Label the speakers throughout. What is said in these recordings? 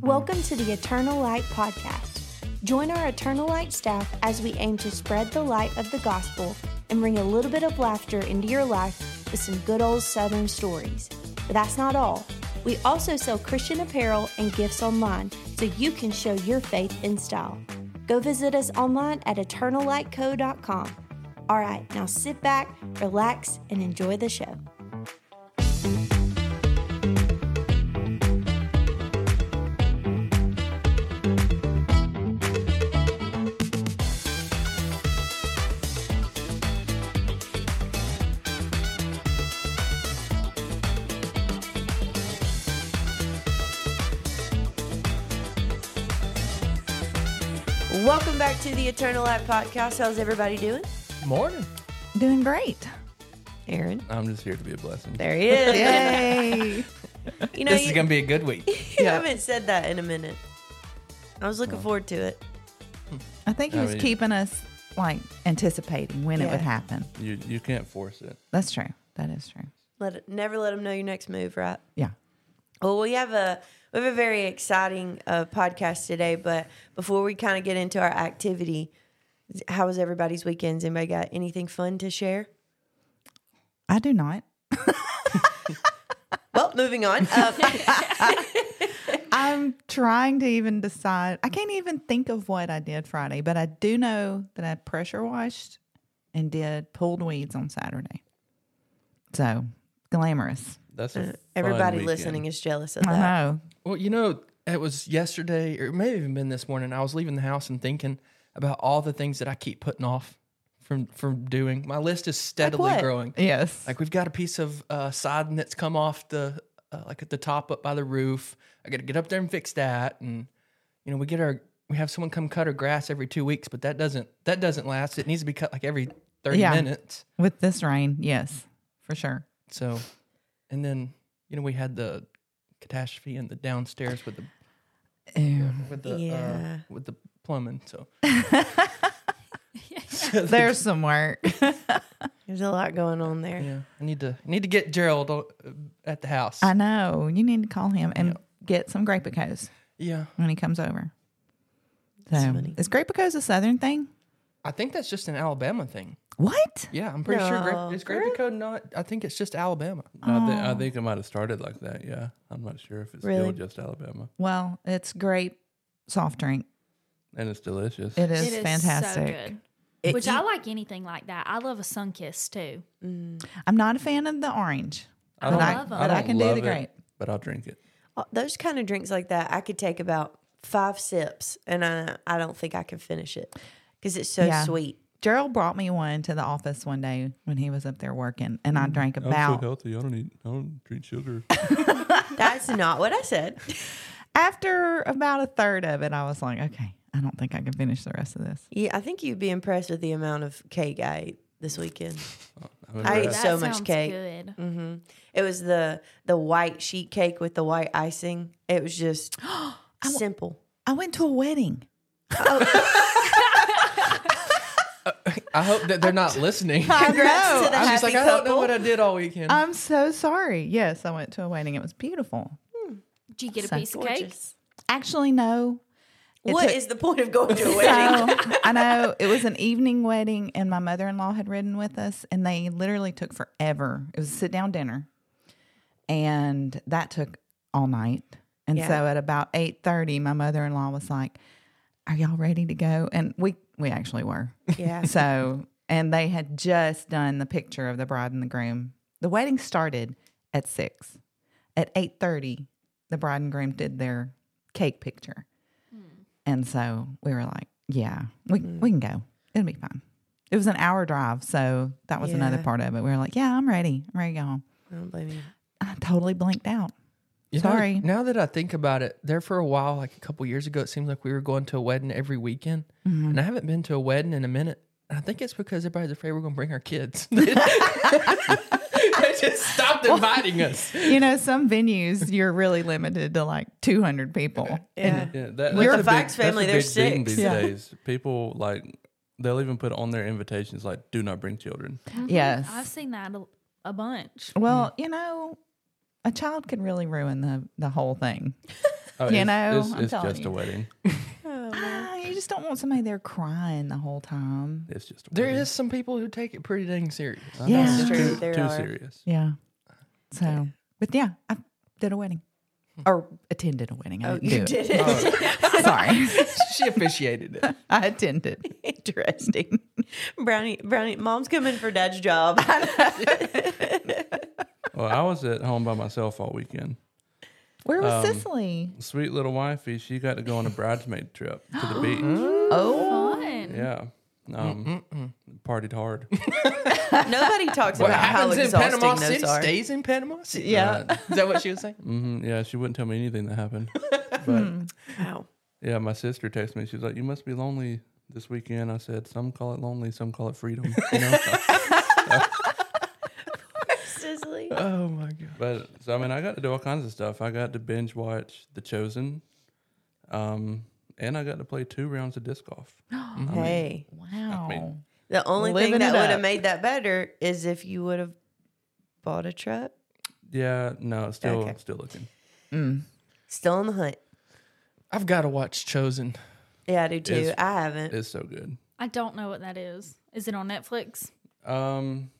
Speaker 1: Welcome to the Eternal Light Podcast. Join our Eternal Light staff as we aim to spread the light of the gospel and bring a little bit of laughter into your life with some good old Southern stories. But that's not all. We also sell Christian apparel and gifts online so you can show your faith in style. Go visit us online at eternallightco.com. All right, now sit back, relax, and enjoy the show. Welcome back to the Eternal Light Podcast. How's everybody doing?
Speaker 2: Morning.
Speaker 3: Doing great.
Speaker 1: Aaron.
Speaker 2: I'm just here to be a blessing.
Speaker 1: There he is.
Speaker 3: Yay.
Speaker 1: You know,
Speaker 2: This
Speaker 1: you,
Speaker 2: is gonna be a good week.
Speaker 1: you
Speaker 3: Yeah.
Speaker 1: haven't said that in a minute. I was looking forward to it.
Speaker 3: I think he
Speaker 2: I
Speaker 3: was
Speaker 2: mean-
Speaker 3: keeping us like anticipating when it
Speaker 1: Yeah.
Speaker 3: would happen.
Speaker 2: You you can't force it.
Speaker 3: That's true. That is true.
Speaker 1: Let it, never let them know your next move, right?
Speaker 3: Yeah.
Speaker 1: Well, we have a we have a very exciting uh, podcast today. But before we kind of get into our activity, how was everybody's weekends? Anybody got anything fun to share?
Speaker 3: I do not.
Speaker 1: Well, moving on. Uh,
Speaker 3: I'm trying to even decide. I can't even think of what I did Friday, but I do know that I pressure washed and did pulled weeds on Saturday. So glamorous.
Speaker 2: That's a fun
Speaker 1: Uh, everybody
Speaker 2: weekend.
Speaker 1: listening is jealous of
Speaker 3: I
Speaker 1: that.
Speaker 3: know.
Speaker 2: Well, you know, it was yesterday, or it may have even been this morning. I was leaving the house and thinking about all the things that I keep putting off from from doing. My list is steadily
Speaker 1: what?
Speaker 2: growing.
Speaker 3: Yes.
Speaker 2: Like we've got a piece of uh, siding that's come off the uh, like at the top up by the roof. I got to get up there and fix that, and you know we get our we have someone come cut our grass every two weeks, but that doesn't that doesn't last. It needs to be cut like every thirty
Speaker 3: Yeah.
Speaker 2: minutes.
Speaker 3: With this rain, yes, for sure.
Speaker 2: So, and then you know we had the catastrophe in the downstairs with the
Speaker 4: Mm-hmm.
Speaker 2: with the
Speaker 1: Yeah.
Speaker 2: uh, with the plumbing. So
Speaker 3: There's some work.
Speaker 1: There's a lot going on there.
Speaker 2: yeah, I need to I need to get Gerald o- at the house.
Speaker 3: I know. You need to call him and get some grape Grapeicos
Speaker 2: yeah,
Speaker 3: when he comes over. So,
Speaker 1: funny.
Speaker 3: is Grapeicos a southern thing?
Speaker 2: I think that's just an Alabama thing.
Speaker 3: What?
Speaker 2: Yeah, I'm pretty sure
Speaker 1: No.
Speaker 2: gra- is Gravy Code not. I think it's just Alabama.
Speaker 4: I, thi-
Speaker 3: Oh.
Speaker 4: I think it might have started like that. Yeah, I'm not sure if it's
Speaker 1: Really?
Speaker 4: still just Alabama,
Speaker 3: Well, it's grape soft drink.
Speaker 4: and it's delicious.
Speaker 3: It is,
Speaker 5: It is
Speaker 3: fantastic.
Speaker 5: So good.
Speaker 1: It-
Speaker 5: Which
Speaker 1: you-
Speaker 5: I like anything like that. I love a sun kiss too.
Speaker 3: I'm not a fan of the orange,
Speaker 4: I
Speaker 3: but,
Speaker 4: don't,
Speaker 3: I,
Speaker 5: love 'em.
Speaker 3: but I
Speaker 4: don't
Speaker 3: can do
Speaker 4: love
Speaker 3: the
Speaker 4: it,
Speaker 3: grape.
Speaker 4: but I'll drink it.
Speaker 1: Uh, Those kind of drinks like that, I could take about five sips and I, I don't think I can finish it because it's so
Speaker 3: Yeah.
Speaker 1: sweet.
Speaker 3: Gerald brought me one to the office one day when he was up there working, and I drank
Speaker 4: I'm so
Speaker 3: about
Speaker 4: healthy. I don't eat. I don't drink sugar.
Speaker 1: That's not what I said.
Speaker 3: after about a third of it. I was like, okay, I don't think I can finish the rest of this.
Speaker 1: Yeah, I think you'd be impressed with the amount of cake I ate this weekend.
Speaker 4: I'm
Speaker 1: I ate
Speaker 4: impressed.
Speaker 1: so
Speaker 5: That
Speaker 1: much
Speaker 5: sounds
Speaker 1: cake.
Speaker 5: Good.
Speaker 1: hmm It was the the white sheet cake with the white icing. It was just simple.
Speaker 3: I went to a wedding.
Speaker 2: I hope that they're not listening.
Speaker 1: Congrats to the
Speaker 2: I'm just
Speaker 1: happy
Speaker 2: like I don't know
Speaker 1: couple.
Speaker 2: what I did all weekend.
Speaker 3: I'm so sorry. Yes, I went to a wedding. It was beautiful.
Speaker 5: Did you get a
Speaker 3: So
Speaker 5: piece of cake?
Speaker 1: Gorgeous.
Speaker 3: Actually, no. It
Speaker 1: What is
Speaker 3: took-
Speaker 1: the point of going to a
Speaker 3: So,
Speaker 1: wedding?
Speaker 3: I know it was an evening wedding, and my mother in law had ridden with us, and they literally took forever. It was a sit down dinner, and that took all night. And
Speaker 1: Yeah.
Speaker 3: so at about eight thirty, my mother in law was like, "Are y'all ready to go?" And we we actually were.
Speaker 1: yeah.
Speaker 3: so and they had just done the picture of the bride and the groom. The wedding started at six. At eight thirty, the bride and groom did their cake picture. And so we were like, yeah, we, we can go. It'll be fine. It was an hour drive. So that was another
Speaker 1: Yeah.
Speaker 3: part of it. We were like, yeah, I'm ready. I'm ready to go home.
Speaker 1: I don't blame you.
Speaker 3: I totally blinked out.
Speaker 2: You know,
Speaker 3: Sorry.
Speaker 2: now that I think about it, there for a while, like a couple years ago, it seemed like we were going to a wedding every weekend, and I haven't been to a wedding in a minute. And I think it's because everybody's afraid we're going to bring our kids. they just stopped inviting us.
Speaker 3: You know, some venues, you're really limited to like 200 people.
Speaker 1: Yeah.
Speaker 4: Yeah, that, that's
Speaker 1: You're
Speaker 4: a
Speaker 1: a
Speaker 4: big-
Speaker 1: Fox family,
Speaker 4: That's a
Speaker 1: they're
Speaker 4: big thing
Speaker 1: six.
Speaker 4: these
Speaker 3: Yeah.
Speaker 4: days. People like they'll even put on their invitations like uh, "Do not bring children."
Speaker 3: Yes.
Speaker 5: I've seen that a, a bunch.
Speaker 3: Well, you know, a child could really ruin the, the whole thing.
Speaker 4: Oh,
Speaker 3: You
Speaker 4: it's,
Speaker 3: know,
Speaker 4: it's,
Speaker 3: I'm
Speaker 4: it's
Speaker 3: telling
Speaker 4: just
Speaker 3: you.
Speaker 4: a wedding.
Speaker 3: Ah, you just don't want somebody there crying the whole time.
Speaker 4: It's just a
Speaker 2: There
Speaker 4: wedding.
Speaker 2: is some people who take it pretty dang serious.
Speaker 4: I
Speaker 3: Yeah.
Speaker 4: know,
Speaker 3: That's
Speaker 4: it's
Speaker 6: true,
Speaker 4: Too,
Speaker 6: there
Speaker 4: too
Speaker 6: are.
Speaker 4: serious.
Speaker 3: Yeah. So, but yeah, I did a wedding or attended a wedding. I
Speaker 6: Hmm. Oh,
Speaker 3: didn't
Speaker 6: you
Speaker 3: do
Speaker 6: did it.
Speaker 3: it. Sorry.
Speaker 2: she officiated it.
Speaker 3: I attended.
Speaker 6: Interesting. Brownie, brownie, mom's coming for dad's job.
Speaker 4: Well, I was at home by myself all weekend.
Speaker 3: Where was
Speaker 4: Um,
Speaker 3: Sicily?
Speaker 4: Sweet little wifey, she got to go on a bridesmaid trip to the beach.
Speaker 3: Oh,
Speaker 5: Fun.
Speaker 4: Yeah. Um, partied hard.
Speaker 6: Nobody talks
Speaker 2: What
Speaker 6: about how
Speaker 2: happens in
Speaker 6: exhausting
Speaker 2: Panama
Speaker 6: those
Speaker 2: City
Speaker 6: are.
Speaker 2: stays in Panama City.
Speaker 6: Yeah.
Speaker 2: Is that what she was saying?
Speaker 4: hmm Yeah, she wouldn't tell me anything that happened. But
Speaker 6: Wow.
Speaker 4: yeah, my sister texted me. She's like, "You must be lonely this weekend." I said, "Some call it lonely, some call it freedom." You know.
Speaker 6: Sisley.
Speaker 2: Oh my god.
Speaker 4: But so I mean, I got to do all kinds of stuff. I got to binge watch The Chosen, um, and I got to play two rounds of disc golf.
Speaker 6: Hey,
Speaker 3: wow.
Speaker 4: mean-
Speaker 6: the only
Speaker 3: Living
Speaker 6: thing that
Speaker 3: it
Speaker 6: would
Speaker 3: up.
Speaker 6: have made that better is if you would have bought a truck.
Speaker 4: Yeah, no, still,
Speaker 6: Okay.
Speaker 4: still looking.
Speaker 3: Mm.
Speaker 6: Still in the hunt.
Speaker 2: I've got to watch Chosen.
Speaker 6: Yeah, I do too.
Speaker 4: It's-
Speaker 6: I haven't.
Speaker 4: It's so good.
Speaker 5: I don't know what that is. Is it on Netflix?
Speaker 4: Um,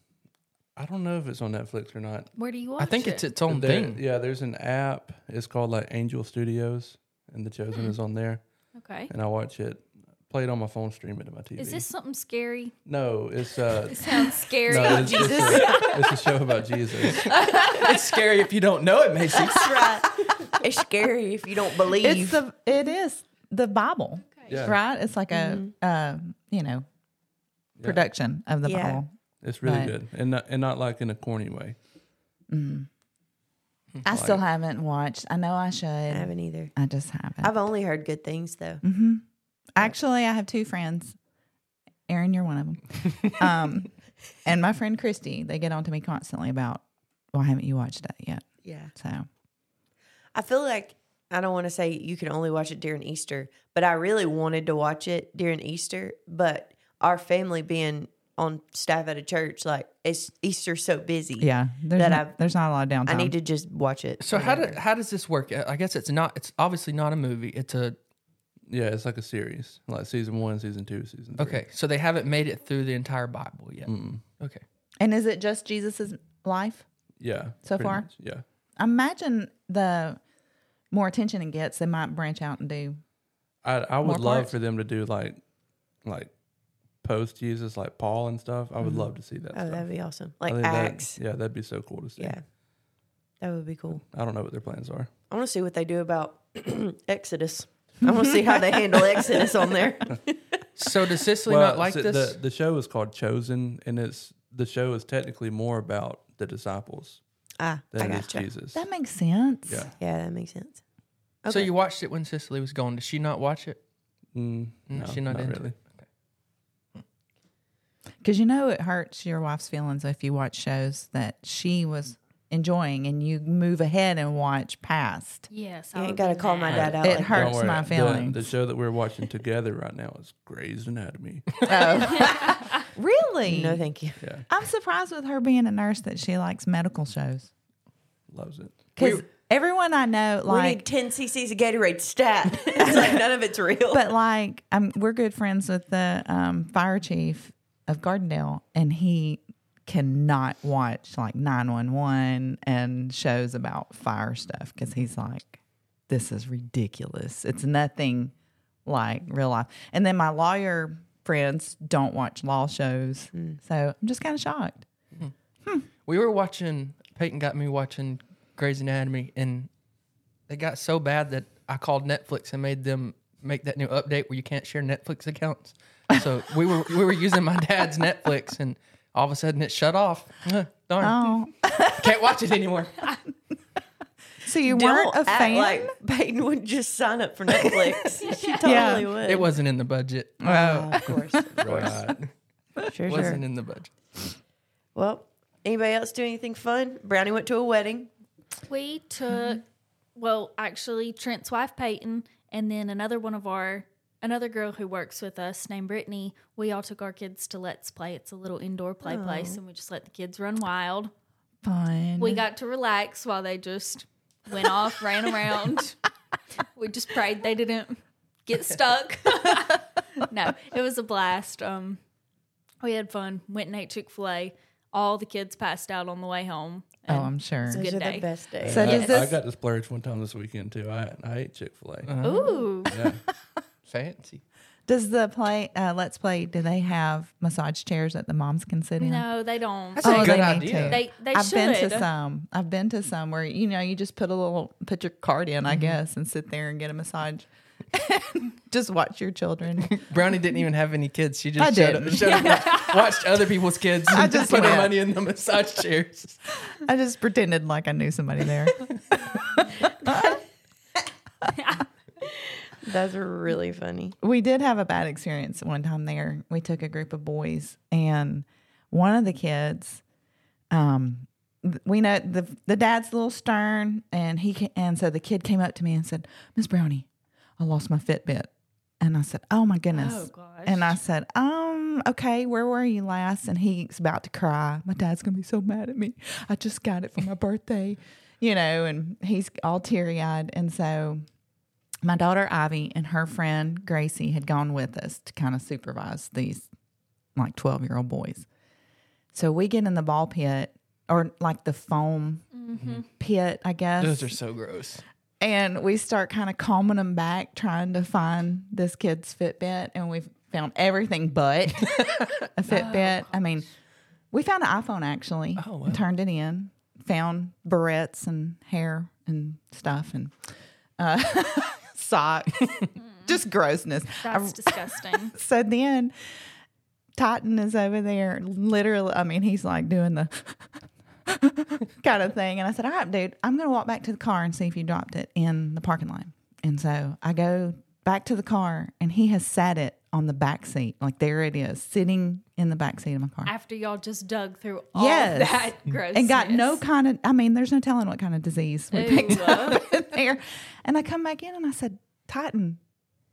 Speaker 4: I don't know if it's on Netflix or not.
Speaker 5: Where do you watch
Speaker 2: I think
Speaker 5: it?
Speaker 2: it's its own
Speaker 4: There-
Speaker 2: thing.
Speaker 4: yeah, there's an app. It's called like Angel Studios, and The Chosen is on there.
Speaker 5: okay.
Speaker 4: And I watch it, play it on my phone, stream it to my TV.
Speaker 5: Is this something scary?
Speaker 4: No, it's uh,
Speaker 5: It sounds scary.
Speaker 4: no, it's, it's, a, it's a show about Jesus.
Speaker 2: It's scary if you don't know it, Macy.
Speaker 6: That's right. it's scary if you don't believe.
Speaker 3: It's the it is the Bible,
Speaker 4: Yeah.
Speaker 3: right? It's like
Speaker 6: Mm-hmm.
Speaker 3: a uh, you know production of the
Speaker 6: Yeah.
Speaker 3: Bible.
Speaker 4: It's really
Speaker 3: Right.
Speaker 4: good, and not, and not like in a corny way.
Speaker 3: I still haven't watched. I know I should.
Speaker 6: Mm-hmm. I
Speaker 3: I,
Speaker 6: haven't either.
Speaker 3: just haven't.
Speaker 6: I've only heard good things though.
Speaker 3: Actually, I have two friends. Aaron, you're one of them. um, and my friend Christy, they get on to me constantly about why haven't you watched that yet?
Speaker 6: Yeah.
Speaker 3: So
Speaker 6: I feel like I don't want to say you can only watch it during Easter, but I really wanted to watch it during Easter. But our family being on staff at a church, like it's Easter so busy.
Speaker 3: yeah, there's
Speaker 6: That
Speaker 3: not,
Speaker 6: I've-
Speaker 3: there's not a lot of downtime.
Speaker 6: I need to just watch it.
Speaker 2: So how do,
Speaker 6: whenever.
Speaker 2: how does this work? I I guess it's not. It's obviously not a movie. It's a
Speaker 4: Yeah, it's like a series, like season one, season two, season. Three.
Speaker 2: okay. So they haven't made it through the entire Bible yet. Okay.
Speaker 3: and is it just Jesus's life?
Speaker 4: Yeah.
Speaker 3: So
Speaker 4: pretty
Speaker 3: far?
Speaker 4: much, yeah.
Speaker 3: I imagine the more attention it gets, they might branch out and do.
Speaker 4: I I
Speaker 3: More
Speaker 4: would love
Speaker 3: parts?
Speaker 4: for them to do like, like, post Jesus like Paul and stuff. I would
Speaker 2: Mm-hmm.
Speaker 4: love to see that.
Speaker 6: Oh,
Speaker 4: stuff.
Speaker 6: that'd be awesome.
Speaker 4: I
Speaker 6: Like
Speaker 4: think that-
Speaker 6: Acts.
Speaker 4: yeah, that'd be so cool to see.
Speaker 6: yeah. That would be cool.
Speaker 4: I don't know what their plans are.
Speaker 6: I want to see what they do about Exodus. I want to see how they handle Exodus on there.
Speaker 2: So does Sicily not like
Speaker 4: so
Speaker 2: this?
Speaker 4: The, the show is called Chosen, and it's the show is technically more about the disciples
Speaker 6: Ah, I
Speaker 4: than it is
Speaker 6: gotcha.
Speaker 4: Jesus.
Speaker 3: That makes sense.
Speaker 4: Yeah.
Speaker 6: Yeah, that makes sense.
Speaker 2: So you watched it when Sicily was gone. Did she not watch it?
Speaker 4: Mm, no,
Speaker 2: she not
Speaker 4: not,
Speaker 2: into it.
Speaker 4: really.
Speaker 3: Because you know it hurts your wife's feelings if you watch shows that she was enjoying and you move ahead and watch past.
Speaker 5: yes.
Speaker 6: You
Speaker 5: I
Speaker 6: ain't
Speaker 5: would
Speaker 6: got to
Speaker 5: be
Speaker 6: call
Speaker 5: mad.
Speaker 6: my dad out.
Speaker 3: It
Speaker 6: like
Speaker 3: hurts
Speaker 4: Don't
Speaker 3: my
Speaker 4: worry, the-
Speaker 3: feelings.
Speaker 4: The, show that we're watching together right now is Grey's Anatomy.
Speaker 3: Really?
Speaker 6: No, thank you.
Speaker 4: Yeah,
Speaker 3: I'm surprised with her being a nurse that she likes medical shows.
Speaker 4: loves it.
Speaker 3: Because everyone I know,
Speaker 6: we need
Speaker 3: like,
Speaker 6: 10 cc's of Gatorade stat. it's like none of it's real.
Speaker 3: but like, I'm, we're good friends with the um, fire chief of Gardendale, and he cannot watch like 911 and shows about fire stuff because he's like, this is ridiculous. It's nothing like real life. And then my lawyer friends don't watch law shows.
Speaker 6: Hmm.
Speaker 3: So I'm just kind of shocked.
Speaker 2: We were watching. Peyton got me watching Grey's Anatomy, and it got so bad that I called Netflix and made them make that new update where you can't share Netflix accounts. So we were we were using my dad's Netflix, and all of a sudden it shut off. Huh, Darn,
Speaker 3: Oh,
Speaker 2: can't watch it anymore.
Speaker 3: so you
Speaker 6: Don't
Speaker 3: weren't a
Speaker 6: act
Speaker 3: fan?
Speaker 6: like Peyton would just sign up for Netflix. she totally
Speaker 3: Yeah.
Speaker 6: would.
Speaker 2: It wasn't in the budget.
Speaker 6: Oh, of course.
Speaker 4: Right.
Speaker 6: Sure, sure.
Speaker 2: Wasn't in the budget.
Speaker 6: Well, anybody else do anything fun? Brownie went to a wedding.
Speaker 5: We
Speaker 2: Mm-hmm.
Speaker 5: took, well, actually, Trent's wife, Peyton, and then another one of our, another girl who works with us named Brittany. We all took our kids to Let's Play. It's a little indoor
Speaker 2: Oh.
Speaker 5: play place, and we just let the kids run wild.
Speaker 3: Fun.
Speaker 2: Mm-hmm.
Speaker 5: We got to relax while they just went off, ran around. We just prayed they didn't get stuck. no, it was a blast. Um, we had fun. Went and ate Chick Fil A. All the kids passed out on the way home.
Speaker 3: Oh,
Speaker 5: and
Speaker 3: I'm sure.
Speaker 5: It's a good
Speaker 6: Those are
Speaker 5: day.
Speaker 6: the best days.
Speaker 3: So
Speaker 4: I,
Speaker 3: does
Speaker 4: I
Speaker 3: this-
Speaker 4: got to splurge one time this weekend too. I, I ate Chick Fil A.
Speaker 5: Uh-huh. Ooh,
Speaker 4: Yeah,
Speaker 2: Fancy.
Speaker 3: Does the play uh, Let's Play? Do they have massage chairs that the moms can sit in?
Speaker 5: no, they don't.
Speaker 2: That's a
Speaker 3: Oh,
Speaker 2: good
Speaker 3: they need
Speaker 2: idea.
Speaker 3: to.
Speaker 5: They they
Speaker 3: I've
Speaker 5: should.
Speaker 3: been to some. I've been to some where you know you just put a little put your card in, I guess, and sit there and get a massage. just watch your children.
Speaker 2: Brownie didn't even have any kids. She
Speaker 3: I
Speaker 2: just showed up,
Speaker 3: didn't.
Speaker 2: showed up watched, watched other people's kids.
Speaker 3: I
Speaker 2: and
Speaker 3: just
Speaker 2: put her
Speaker 3: went.
Speaker 2: money in the massage chairs.
Speaker 3: I just pretended like I knew somebody there.
Speaker 6: Those are really funny.
Speaker 3: we did have a bad experience one time there. We took a group of boys, and one of the kids, um, th- we know the the dad's a little stern, and he ca- and so the kid came up to me and said, "Miss Brownie, I lost my Fitbit," and I said, "Oh my goodness."
Speaker 5: Oh gosh.
Speaker 3: And I said, um, okay, where were you last? And he's about to cry. My dad's gonna be so mad at me. I just got it for my birthday, you know, and he's all teary eyed. And so my daughter Ivy and her friend Gracie had gone with us to kind of supervise these like 12 year old boys. So we get in the ball pit or like the foam
Speaker 5: Mm-hmm.
Speaker 3: pit, I guess
Speaker 2: Those are so gross.
Speaker 3: and we start kind of calming them back, trying to find this kid's Fitbit, and we found everything but a Fitbit. I mean, we found an iPhone actually,
Speaker 2: Oh, wow.
Speaker 3: and turned it in, found barrettes and hair and stuff and uh, socks, just grossness. I-
Speaker 5: That's disgusting.
Speaker 3: so then Titan is over there, literally. I mean, he's like doing the kind of thing. And I said, All right, dude, I'm going to walk back to the car and see if you dropped it in the parking lot. And so I go back to the car, and he has sat it on the back seat. Like, there it is, sitting in the back seat of my car.
Speaker 5: After y'all just dug through all
Speaker 3: Yes.
Speaker 5: that grossness
Speaker 3: and got no kind of, I mean, there's no telling what kind of disease we picked
Speaker 5: Ooh, uh,
Speaker 3: in there. And I come back in and I said, Titan,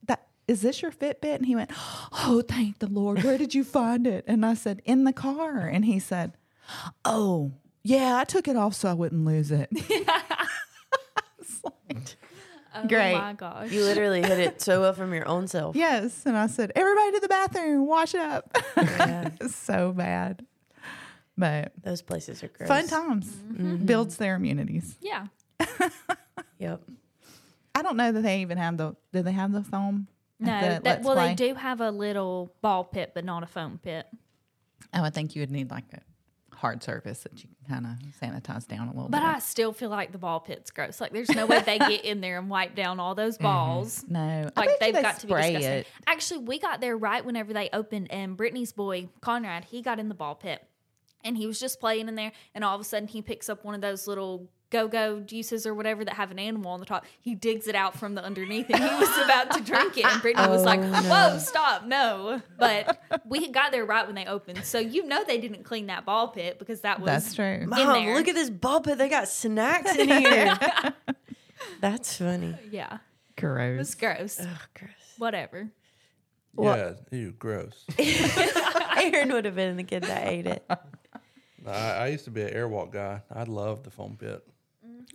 Speaker 3: that is this your Fitbit? And he went, Oh, thank the Lord. Where did you find it? And I said, In the car. And he said, Oh, yeah, I took it off so I wouldn't lose it. It's like-
Speaker 5: oh
Speaker 3: Great.
Speaker 5: my gosh.
Speaker 6: You literally hit it so well from your own self.
Speaker 3: yes. And I said, Everybody to the bathroom, wash up. so bad. But
Speaker 6: Those places are gross.
Speaker 3: fun times
Speaker 5: Mm-hmm.
Speaker 3: builds their immunities.
Speaker 5: yeah.
Speaker 6: Yep.
Speaker 3: I don't know that they even have the, do they have the foam? at
Speaker 5: No,
Speaker 3: the
Speaker 5: that,
Speaker 3: Let's
Speaker 5: well,
Speaker 3: Play?
Speaker 5: they do have a little ball pit, but not a foam pit.
Speaker 3: Oh, I would think you would need like a hard surface that you can kind of sanitize down a little
Speaker 5: But
Speaker 3: bit.
Speaker 5: I still feel like the ball pit's gross. Like, there's no way they get in there and wipe down all those
Speaker 3: Mm-hmm.
Speaker 5: balls.
Speaker 3: no, I
Speaker 5: Like
Speaker 3: bet you
Speaker 5: they've
Speaker 3: they
Speaker 5: got to be
Speaker 3: spray
Speaker 5: disgusting.
Speaker 3: it.
Speaker 5: Actually, we got there right whenever they opened, and Brittany's boy Conrad he got in the ball pit, and he was just playing in there, and all of a sudden he picks up one of those little go-go juices or whatever that have an animal on the top. He digs it out from the underneath, and he was about to drink it, and Brittany was
Speaker 3: Oh,
Speaker 5: like, "Whoa, stop, no!" But we got there right when they opened, so you know they didn't clean that ball pit because that was
Speaker 3: That's true.
Speaker 6: Mom,
Speaker 5: there.
Speaker 6: look at this ball pit. They got snacks in here. That's funny.
Speaker 5: yeah, it
Speaker 3: Gross.
Speaker 5: was gross.
Speaker 6: Oh, gross.
Speaker 5: Whatever.
Speaker 4: yeah. Ew, gross.
Speaker 6: Aaron would have been the kid that ate it.
Speaker 4: I, I used to be an airwalk guy. I loved the foam pit.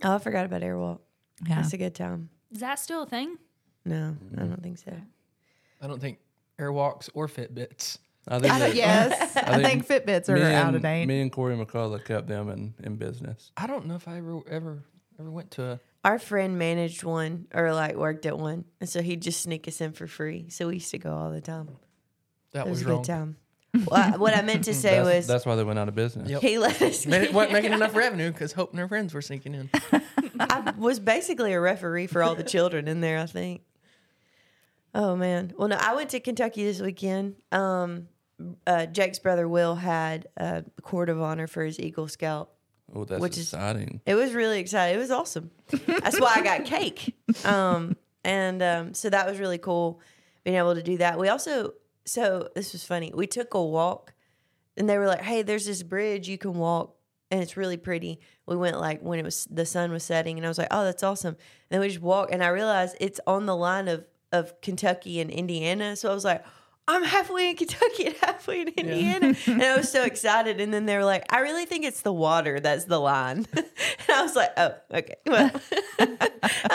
Speaker 6: Oh, I forgot about Airwalk.
Speaker 3: Yeah.
Speaker 6: That's a good time.
Speaker 5: Is that still a thing?
Speaker 6: No, I don't think so.
Speaker 5: Mm-hmm.
Speaker 2: I don't think airwalks or Fitbits.
Speaker 4: I think that-
Speaker 3: yes, I
Speaker 4: think
Speaker 3: think Fitbits are
Speaker 4: me
Speaker 3: out
Speaker 4: and-
Speaker 3: of date.
Speaker 4: Me and Corey McCullough kept them in, in business.
Speaker 2: I don't know if I ever ever ever went to a
Speaker 6: Our friend managed one or like worked at one, and so he'd just sneak us in for free. So we used to go all the time.
Speaker 2: that
Speaker 6: It was,
Speaker 2: was,
Speaker 6: a
Speaker 2: wrong.
Speaker 6: good time. Well, I- what I meant to say
Speaker 4: That's,
Speaker 6: was
Speaker 4: that's why they went out of business.
Speaker 2: Yep.
Speaker 6: he let us.
Speaker 2: Made it, wasn't making enough revenue because Hope and her friends were sneaking in.
Speaker 6: I was basically a referee for all the children in there, I think. Oh man. Well, no, I went to Kentucky this weekend. Um, uh, Jake's brother Will had a court of honor for his Eagle Scout.
Speaker 4: Oh, that's
Speaker 6: Which is-
Speaker 4: exciting.
Speaker 6: It was really exciting. It was awesome. That's why I got cake. Um, and um, so that was really cool being able to do that. We also, so this was funny. We took a walk and they were like, hey, there's this bridge you can walk and it's really pretty. We went like when it was, the sun was setting and I was like, oh, that's awesome. And then we just walked and I realized it's on the line of, of Kentucky and Indiana. So I was like, I'm halfway in Kentucky and halfway in Indiana. and I was so excited. And then they were like, I really think it's the water that's the line. and I was like, oh, okay. Well, I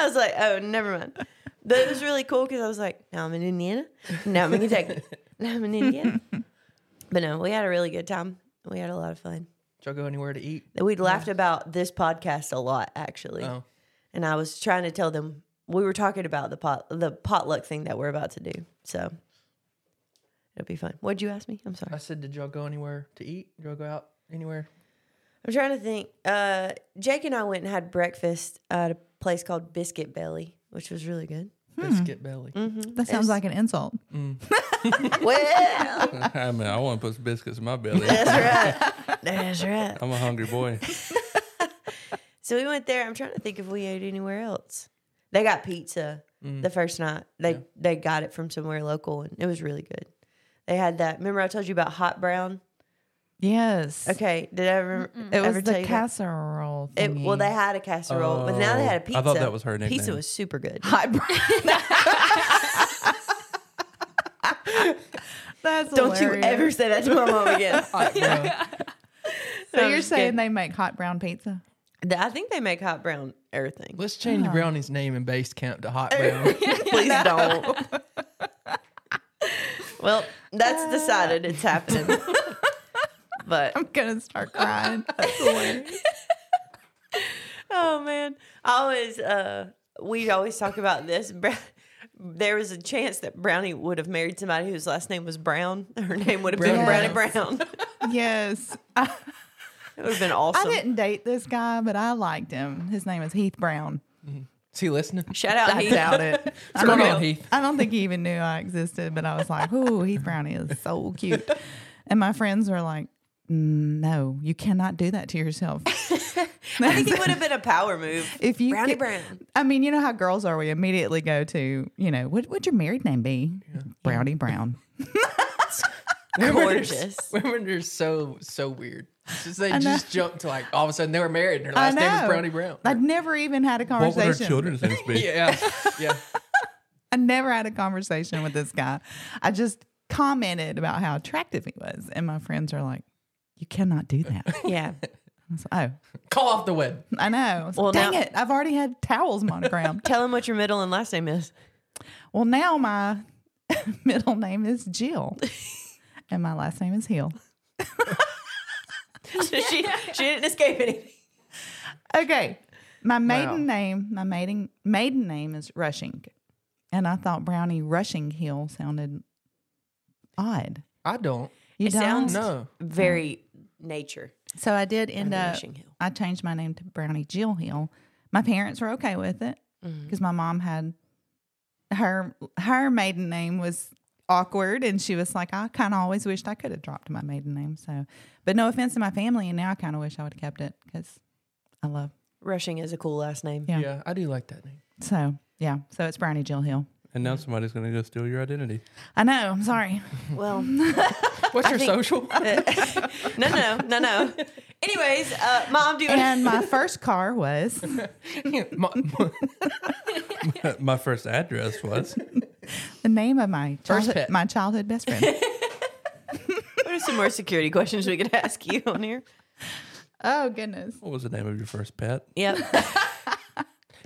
Speaker 6: was like, oh, never mind. But it was really cool because I was like, now I'm in Indiana. Now I'm in Kentucky. now I'm in Indiana. But no, we had a really good time. We had a lot of fun.
Speaker 2: Did y'all go anywhere to eat?
Speaker 6: We laughed about this podcast a lot, actually.
Speaker 2: Oh,
Speaker 6: And I was trying to tell them we were talking about the pot the potluck thing that we're about to do. So it'll be fun. What'd you ask me? I'm sorry.
Speaker 2: I said, did y'all go anywhere to eat? Did y'all go out anywhere?
Speaker 6: I'm trying to think. Uh, Jake and I went and had breakfast at a place called Biscuit Belly, which was really good.
Speaker 2: Biscuit belly.
Speaker 6: Mm-hmm.
Speaker 3: That sounds like an insult.
Speaker 6: Well,
Speaker 4: I mean, I want to put some biscuits in my belly.
Speaker 6: that's right. That's right.
Speaker 4: I'm a hungry boy.
Speaker 6: So we went there. I'm trying to think if we ate anywhere else. They got pizza
Speaker 4: Mm.
Speaker 6: the first night. They they got it from somewhere local, and it was really good. They had that. Remember, I told you about hot brown.
Speaker 3: Yes.
Speaker 6: Okay, did I ever?
Speaker 3: It
Speaker 6: ever
Speaker 3: was
Speaker 6: tell
Speaker 3: the
Speaker 6: you that?
Speaker 3: casserole.
Speaker 6: It, well,
Speaker 3: thingy.
Speaker 6: they had a casserole, but now they had a pizza.
Speaker 4: Oh, I thought that was her
Speaker 6: Pizza
Speaker 4: nickname.
Speaker 6: was super good.
Speaker 3: hot brown. That's
Speaker 6: Don't you ever say that to my mom again.
Speaker 3: So you're saying they make hot brown pizza?
Speaker 6: Th- I think they make hot brown everything.
Speaker 2: Let's change Brownie's name in base camp to Hot Brown.
Speaker 6: Please don't. Uh. well, that's decided. It's happening. but
Speaker 3: I'm gonna start crying.
Speaker 6: oh man, I always uh, we always talk about this. Bra- There was a chance that Brownie would have married somebody whose last name was Brown. Her name would have been
Speaker 2: Brownie
Speaker 6: Brownie Brown.
Speaker 3: yes. I,
Speaker 6: it would have been
Speaker 3: I
Speaker 6: awesome.
Speaker 3: didn't date this guy, but I liked him. His name is Heath Brown.
Speaker 2: Is he listening?
Speaker 6: Shout out,
Speaker 3: I
Speaker 6: Oh, Heath.
Speaker 3: doubt it. I
Speaker 2: Come
Speaker 3: don't,
Speaker 2: on, Heath.
Speaker 3: I don't think he even knew I existed, but I was like, "Ooh, Heath Brown is so cute." And my friends were like, "No, you cannot do that to yourself."
Speaker 6: I think it would have been a power move.
Speaker 3: if you
Speaker 6: Brownie
Speaker 3: could-
Speaker 6: Brown.
Speaker 3: I mean, you know how girls are. We immediately go to, you know, what would your married name be? Brownie Brown.
Speaker 6: Gorgeous.
Speaker 2: Women are so so weird. It's just they
Speaker 3: know.
Speaker 2: just jump to like all of a sudden they were married and her last name was Brownie Brown.
Speaker 3: I'd never even had a
Speaker 4: What would her
Speaker 3: conversation.
Speaker 4: children's names be?
Speaker 2: yeah, yeah.
Speaker 3: I never had a conversation with this guy. I just commented about how attractive he was, and my friends are like, "You cannot do that." I
Speaker 6: Yeah.
Speaker 3: was like, oh,
Speaker 2: Call off the web.
Speaker 3: I know. I was like,
Speaker 6: Well,
Speaker 3: Dang
Speaker 6: now-
Speaker 3: it! I've already had towels monogrammed.
Speaker 6: Tell him what your middle and last name is.
Speaker 3: well, now my middle name is Jill, and my last name is Hill.
Speaker 6: she, she didn't escape anything.
Speaker 3: Okay. My maiden name, my maiden maiden name is Rushing. And I thought Brownie Rushing Hill sounded odd.
Speaker 2: I don't.
Speaker 3: You
Speaker 6: It
Speaker 3: don't
Speaker 6: sounds-
Speaker 2: No.
Speaker 6: Very nature.
Speaker 3: so I did end
Speaker 6: Brownie
Speaker 3: up
Speaker 6: Rushing Hill.
Speaker 3: I changed my name to Brownie Jill Hill. My parents were okay with it
Speaker 2: Mm-hmm.
Speaker 3: because my mom had her her maiden name was awkward and she was like, I kinda always wished I could have dropped my maiden name. So but no offense to my family and now I kinda wish I would have kept it because I love
Speaker 6: Rushing is a cool last name.
Speaker 3: Yeah.
Speaker 2: Yeah, I do like that name.
Speaker 3: so yeah. So it's Brownie Jill Hill.
Speaker 4: And now somebody's going to go steal your identity.
Speaker 3: I know, I'm sorry.
Speaker 6: Well,
Speaker 2: What's your social?
Speaker 6: no, no, no, no. Anyways, uh, mom, do you want
Speaker 3: And my first car was
Speaker 2: My- my-
Speaker 4: My first address was.
Speaker 3: the name of my childhood,
Speaker 2: pet.
Speaker 3: my childhood best friend.
Speaker 6: what are some more security questions we could ask you on here?
Speaker 3: oh goodness.
Speaker 4: What was the name of your first pet?
Speaker 6: Yep.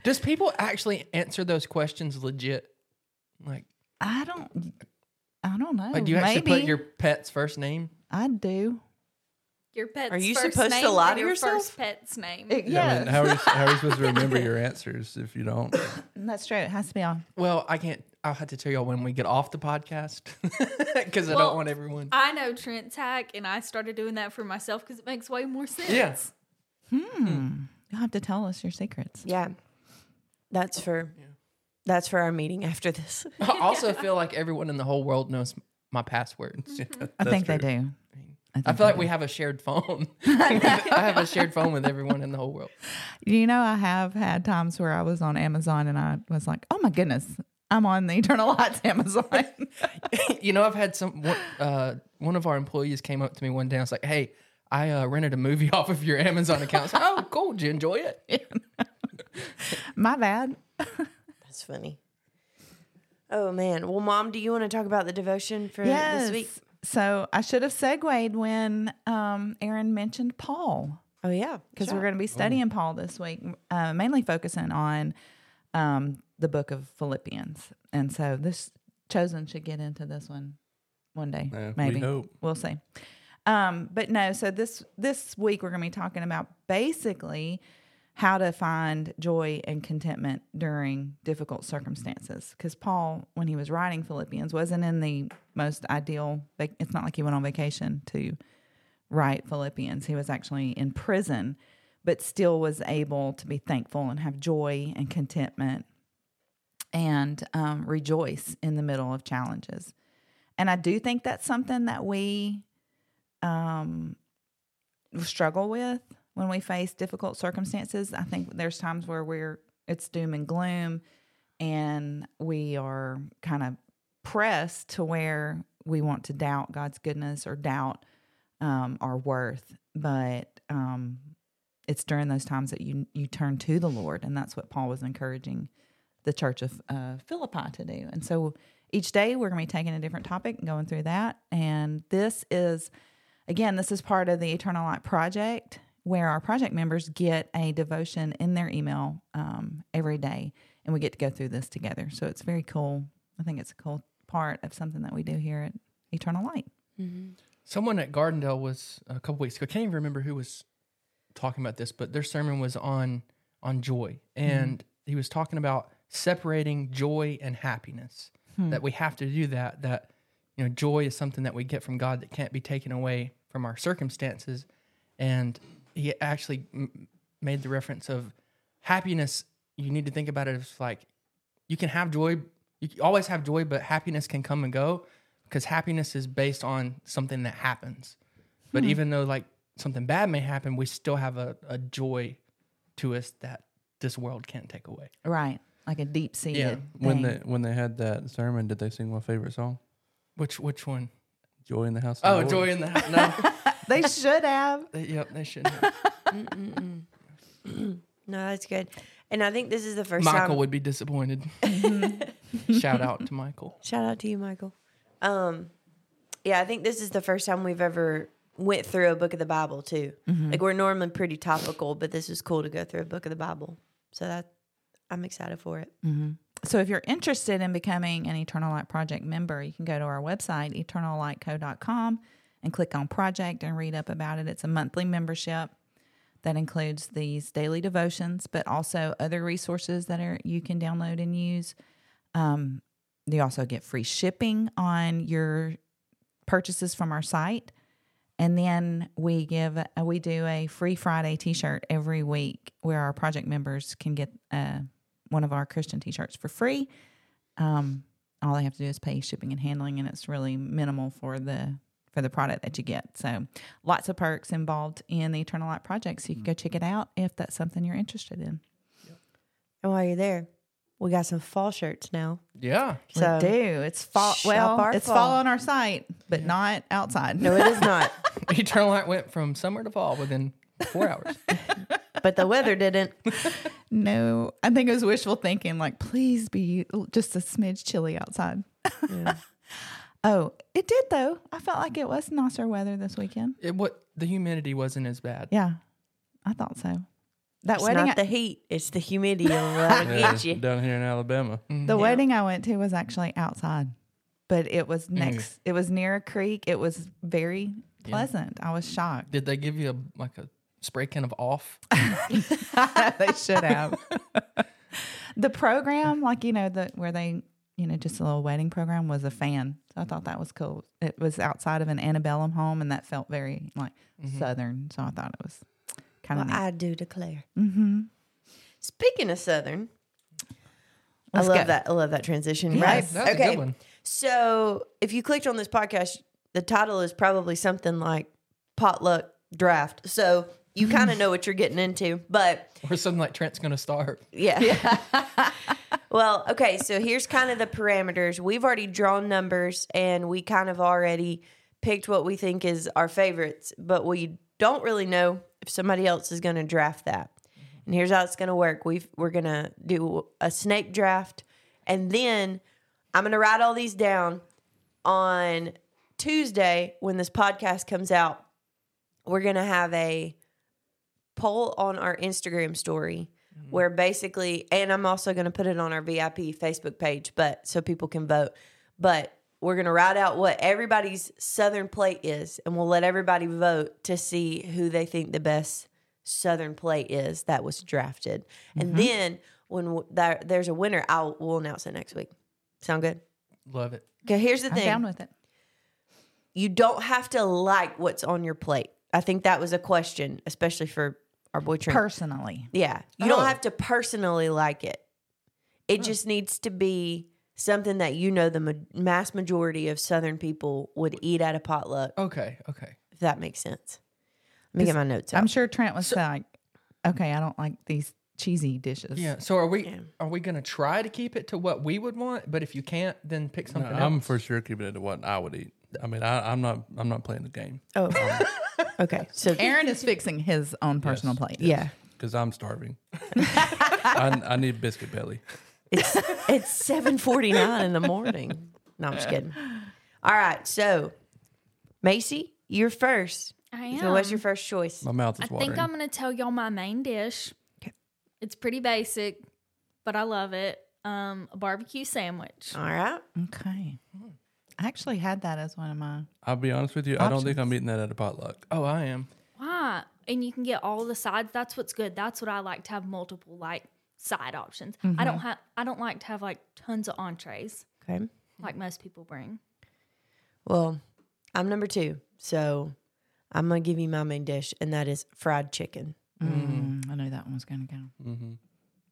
Speaker 2: Does people actually answer those questions legit? Like,
Speaker 3: I don't I don't know.
Speaker 2: like do you actually
Speaker 3: Mm, Maybe
Speaker 2: put your pet's first name?
Speaker 3: I do.
Speaker 5: Your pet's
Speaker 6: Are you
Speaker 5: first
Speaker 6: supposed to
Speaker 5: name
Speaker 6: lie
Speaker 5: and
Speaker 6: to
Speaker 5: your
Speaker 6: yourself?
Speaker 5: First pet's name.
Speaker 4: I mean, how are, you, how are you supposed to remember your answers if you don't?
Speaker 3: That's true. It has to be on.
Speaker 2: Well, I can't. I'll have to tell y'all when we get off the podcast because I
Speaker 5: Well,
Speaker 2: don't want everyone.
Speaker 5: I know Trent's hack, and I started doing that for myself because it makes way more sense.
Speaker 2: Yeah.
Speaker 3: You'll have to tell us your secrets.
Speaker 6: yeah. That's for that's for our meeting after this.
Speaker 2: I also feel like everyone in the whole world knows my passwords.
Speaker 3: I
Speaker 4: That's
Speaker 3: think they
Speaker 4: true.
Speaker 3: do.
Speaker 2: I feel like we have a shared phone. I have a shared phone with everyone in the whole world.
Speaker 3: You know, I have had times where I was on Amazon and I was like, oh my goodness, I'm on the Eternal Lights Amazon.
Speaker 2: You know, I've had some. One, uh, one of our employees came up to me one day. and was like, "Hey, I uh, rented a movie off of your Amazon account." I was like, oh, cool. Did you enjoy it?
Speaker 3: my bad.
Speaker 6: That's funny. Oh man. Well, mom, do you want to talk about the devotion for this week?
Speaker 3: So I should have segued when um, Aaron mentioned Paul.
Speaker 6: Oh yeah.
Speaker 3: because we're going to be studying Paul this week, uh, mainly focusing on um, the book of Philippians. And so this chosen should get into this one one day,
Speaker 4: Yeah, we
Speaker 3: maybe.
Speaker 4: hope.
Speaker 3: We'll see. Um, but no, so this this week we're going to be talking about basically how to find joy and contentment during difficult circumstances. Because Paul, when he was writing Philippians, wasn't in the most ideal. vac- It's not like he went on vacation to write Philippians. He was actually in prison, but still was able to be thankful and have joy and contentment and um, rejoice in the middle of challenges. And I do think that's something that we um, struggle with when we face difficult circumstances. I think there's times where we're it's doom and gloom, and we are kind of pressed to where we want to doubt God's goodness or doubt um, our worth. But um, it's during those times that you you turn to the Lord, and that's what Paul was encouraging the church of uh, Philippi to do. And so each day we're going to be taking a different topic and going through that. And this is, again, this is part of the Eternal Light Project, where our project members get a devotion in their email um, every day, and we get to go through this together. So it's very cool. I think it's a cool part of something that we do here at Eternal Light.
Speaker 2: Someone at Gardendale was a couple weeks ago. I can't even remember who was talking about this, but their sermon was on on joy, and he was talking about separating joy and happiness. That we have to do that. That you know, joy is something that we get from God that can't be taken away from our circumstances. And he actually m- made the reference of happiness. You need to think about it as like you can have joy you can always have joy but happiness can come and go because happiness is based on something that happens but even though like something bad may happen we still have a, a joy to us that this world can't take away
Speaker 3: Right. Like a deep seated.
Speaker 4: When they when they had that sermon, did they sing my favorite song?
Speaker 2: which which one?
Speaker 4: Joy in the house. of the
Speaker 2: Oh,
Speaker 4: Lord?
Speaker 2: joy in the house no
Speaker 3: they should have.
Speaker 2: they, yep they shouldn't have.
Speaker 6: No, that's good. And I think this is the first time.
Speaker 2: michael would be disappointed shout out to michael
Speaker 6: Shout out to you, Michael. Um, yeah, I think this is the first time we've ever went through a book of the Bible too. Like we're normally pretty topical, but this is cool to go through a book of the Bible. So that I'm excited for it.
Speaker 3: So if you're interested in becoming an Eternal Light Project member, you can go to our website, eternallightco.com, and click on project and read up about it. It's a monthly membership that includes these daily devotions, but also other resources that are you can download and use. Um, you also get free shipping on your purchases from our site. And then we give uh, we do a free Friday T-shirt every week, where our project members can get uh, one of our Christian T-shirts for free. Um, all they have to do is pay shipping and handling, and it's really minimal for the for the product that you get. So, lots of perks involved in the Eternal Light Project. So you can go check it out if that's something you're interested in.
Speaker 6: And while you're there, we got some fall shirts now.
Speaker 2: yeah
Speaker 6: So
Speaker 3: we do it's fall.
Speaker 6: shop
Speaker 3: Well,
Speaker 6: our
Speaker 3: it's
Speaker 6: fall.
Speaker 3: fall on our site, but not outside.
Speaker 6: no, it is not.
Speaker 2: eternal light went from summer to fall within four hours
Speaker 6: but the weather didn't.
Speaker 3: No, I think it was wishful thinking. Like, please be just a smidge chilly outside. oh, it did though. I felt like it was nicer weather this weekend.
Speaker 2: it what the humidity wasn't as bad
Speaker 3: Yeah, I thought so. That
Speaker 6: It's
Speaker 3: wedding,
Speaker 6: not the
Speaker 3: I,
Speaker 6: heat. It's the humidity that'll
Speaker 4: Yeah,
Speaker 6: get you.
Speaker 4: down here in Alabama.
Speaker 3: the wedding I went to was actually outside, but it
Speaker 6: Mm.
Speaker 3: was next. It was near a creek. It was very pleasant. I was shocked.
Speaker 2: did they give you a like a spray can of off
Speaker 3: they should have. the program, like you know, the where they, you know, just a little wedding program was a fan. So I thought that was cool. It was outside of an antebellum home, and that felt very like southern. So I thought it was kind of
Speaker 6: Mm-hmm. Well,
Speaker 3: neat.
Speaker 6: I do declare. Mm-hmm. Speaking of Southern,
Speaker 3: Let's
Speaker 6: I love
Speaker 3: go.
Speaker 6: that. I love that transition.
Speaker 3: Yes.
Speaker 6: Right?
Speaker 2: That's a good one.
Speaker 6: So if you clicked on this podcast, the title is probably something like potluck draft. So you kind of know what you're getting into, but
Speaker 2: or something like trent's gonna starve
Speaker 6: yeah. well, okay. So here's kind of the parameters. We've already drawn numbers and we kind of already picked what we think is our favorites, but we don't really know if somebody else is going to draft that. And here's how it's going to work We've, we're going to do a snake draft, and then I'm going to write all these down on Tuesday when this podcast comes out. We're going to have a poll on our Instagram story where basically, and I'm also going to put it on our VIP Facebook page, but so people can vote. But we're going to write out what everybody's Southern plate is, and we'll let everybody vote to see who they think the best Southern plate is that was drafted. And then when w- there, there's a winner, I'll we'll announce it next week. Sound good?
Speaker 2: Love it.
Speaker 6: Okay. Here's the
Speaker 3: I'm
Speaker 6: thing
Speaker 3: down with it.
Speaker 6: you don't have to like what's on your plate. I think that was a question, especially for our boy Trent.
Speaker 3: Personally,
Speaker 6: yeah, you don't
Speaker 2: Oh.
Speaker 6: have to personally like it. It just needs to be something that you know the ma- mass majority of Southern people would eat at a potluck.
Speaker 2: Okay. Okay.
Speaker 6: If that makes sense. Let me get my notes out.
Speaker 3: I'm sure Trent was like, "Okay, I don't like these cheesy dishes."
Speaker 2: Yeah. So are we
Speaker 6: Yeah.
Speaker 2: are we gonna try to keep it to what we would want? But if you can't, then pick
Speaker 4: No,
Speaker 2: something else.
Speaker 4: I'm for sure keeping it to what I would eat. I mean, I, I'm not. I'm not playing the game
Speaker 6: oh, okay. So
Speaker 3: Aaron is fixing his own personal plate.
Speaker 6: yeah,
Speaker 4: because I'm starving. I, I need biscuit belly.
Speaker 6: it's it's seven forty nine in the morning. No, I'm just kidding. All right, so Macy, you're first.
Speaker 5: I
Speaker 6: So, what's
Speaker 5: am.
Speaker 6: your first choice?
Speaker 4: My mouth
Speaker 5: I
Speaker 4: is watering.
Speaker 5: think I'm going to tell y'all my main dish. It's pretty basic, but I love it. Um, a barbecue sandwich.
Speaker 4: Oh.
Speaker 6: All right.
Speaker 3: Okay. I actually had that as one of my.
Speaker 4: I'll be honest with you. I don't think I'm eating that at a potluck.
Speaker 2: oh, I am.
Speaker 5: Why? And you can get all the sides. That's what's good. That's what I like to have multiple like side options. I
Speaker 4: Mm-hmm.
Speaker 5: don't have. I don't like to have like tons of entrees
Speaker 6: Okay.
Speaker 5: like most people bring.
Speaker 6: Well, I'm number two. So I'm going to give you my main dish, and that is fried chicken.
Speaker 3: Mm, I knew that one was going to go.
Speaker 2: Mm-hmm.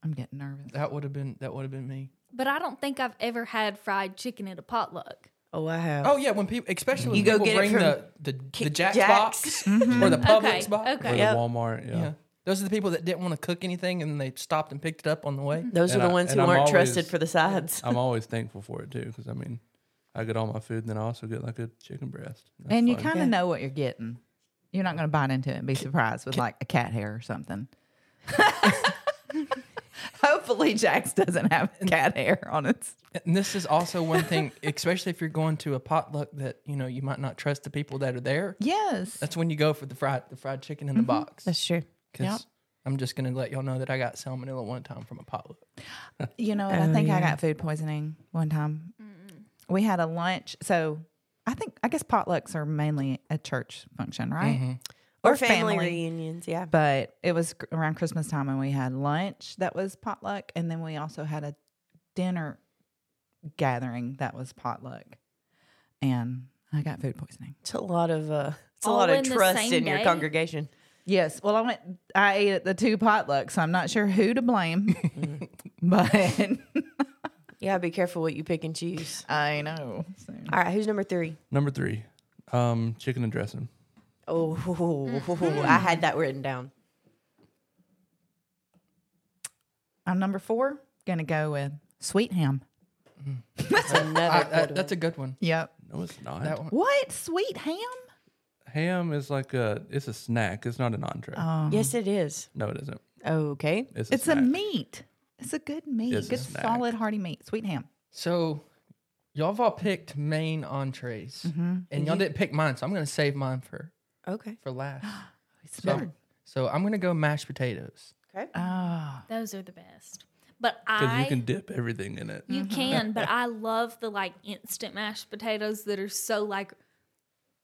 Speaker 3: I'm getting nervous.
Speaker 2: That would have been that would have been me.
Speaker 5: But I don't think I've ever had fried chicken at a potluck.
Speaker 6: Oh, I have.
Speaker 4: Uh,
Speaker 2: Oh yeah, when people especially when
Speaker 6: You go
Speaker 2: people
Speaker 6: get it
Speaker 2: bring
Speaker 6: from
Speaker 2: the the, the Jack's,
Speaker 6: Jack's. Mm-hmm.
Speaker 2: box or the Publix
Speaker 5: Okay.
Speaker 2: box.
Speaker 4: Or
Speaker 5: Okay.
Speaker 4: the
Speaker 6: Yep.
Speaker 4: Walmart. Oh, Yeah.
Speaker 2: Yeah. Those are the people that didn't want to cook anything and they stopped and picked it up on the way.
Speaker 6: Those
Speaker 4: and
Speaker 6: are the
Speaker 4: I-
Speaker 6: ones who
Speaker 4: and I'm
Speaker 6: aren't
Speaker 4: always-
Speaker 6: trusted for the sides.
Speaker 4: I'm always thankful for it too, because I mean, I get all my food, and then I also get like a chicken breast. That's
Speaker 3: and you
Speaker 4: fun.
Speaker 3: kind of know what you're getting. You're not going to bite into it and be surprised with like a cat hair or something. Hopefully, Jax doesn't have cat hair on its.
Speaker 2: And this is also one thing, especially if you're going to a potluck that, you know, you might not trust the people that are there.
Speaker 3: Yes.
Speaker 2: That's when you go for the fried the fried chicken in the box.
Speaker 6: Mm-hmm. That's true.
Speaker 2: Because
Speaker 3: Yep.
Speaker 2: I'm just gonna let y'all know that I got salmonella one time from a potluck.
Speaker 3: You know, what? I think I got food poisoning one time. We had a lunch. So I think, I guess potlucks are mainly a church function, right?
Speaker 6: Or, family,
Speaker 3: family.
Speaker 6: reunions. Yeah.
Speaker 3: But it was cr- around Christmas time and we had lunch that was potluck. And then we also had a dinner gathering that was potluck. And I got food poisoning.
Speaker 6: It's a lot of, uh, it's a
Speaker 5: All
Speaker 6: lot
Speaker 5: in
Speaker 6: of
Speaker 5: the
Speaker 6: trust
Speaker 5: same
Speaker 6: in your
Speaker 5: day?
Speaker 6: congregation.
Speaker 3: Yes. Well, I went, I ate at the two potlucks. So I'm not sure who to blame, but
Speaker 6: Yeah. Be careful what you pick and choose.
Speaker 3: I know. So.
Speaker 6: All right. Who's number three?
Speaker 4: Number three, um, chicken and dressing.
Speaker 6: Oh, I had that written down.
Speaker 3: I'm number four. Gonna go with sweet ham.
Speaker 6: That's another.
Speaker 2: I, I,
Speaker 6: good one.
Speaker 2: that's a good one.
Speaker 3: Yep.
Speaker 4: No, it's not.
Speaker 2: That one.
Speaker 3: What sweet ham?
Speaker 4: Ham is like a. It's a snack. It's not an entree.
Speaker 6: yes, it is.
Speaker 4: No, it isn't.
Speaker 6: Okay.
Speaker 4: It's a
Speaker 3: It's
Speaker 4: snack.
Speaker 3: a meat. It's a good meat.
Speaker 4: It's a
Speaker 3: good
Speaker 4: snack.
Speaker 3: solid hearty meat. Sweet ham.
Speaker 2: So y'all have all picked main entrees and y'all didn't pick mine, so I'm gonna save mine for
Speaker 6: Okay.
Speaker 2: for last.
Speaker 3: It's
Speaker 2: so, so I'm gonna go mashed potatoes.
Speaker 6: Okay.
Speaker 3: Oh.
Speaker 5: Those are the best. But
Speaker 4: Because
Speaker 5: I
Speaker 4: you can dip everything in it.
Speaker 3: Mm-hmm.
Speaker 5: You can, but I love the like instant mashed potatoes that are so like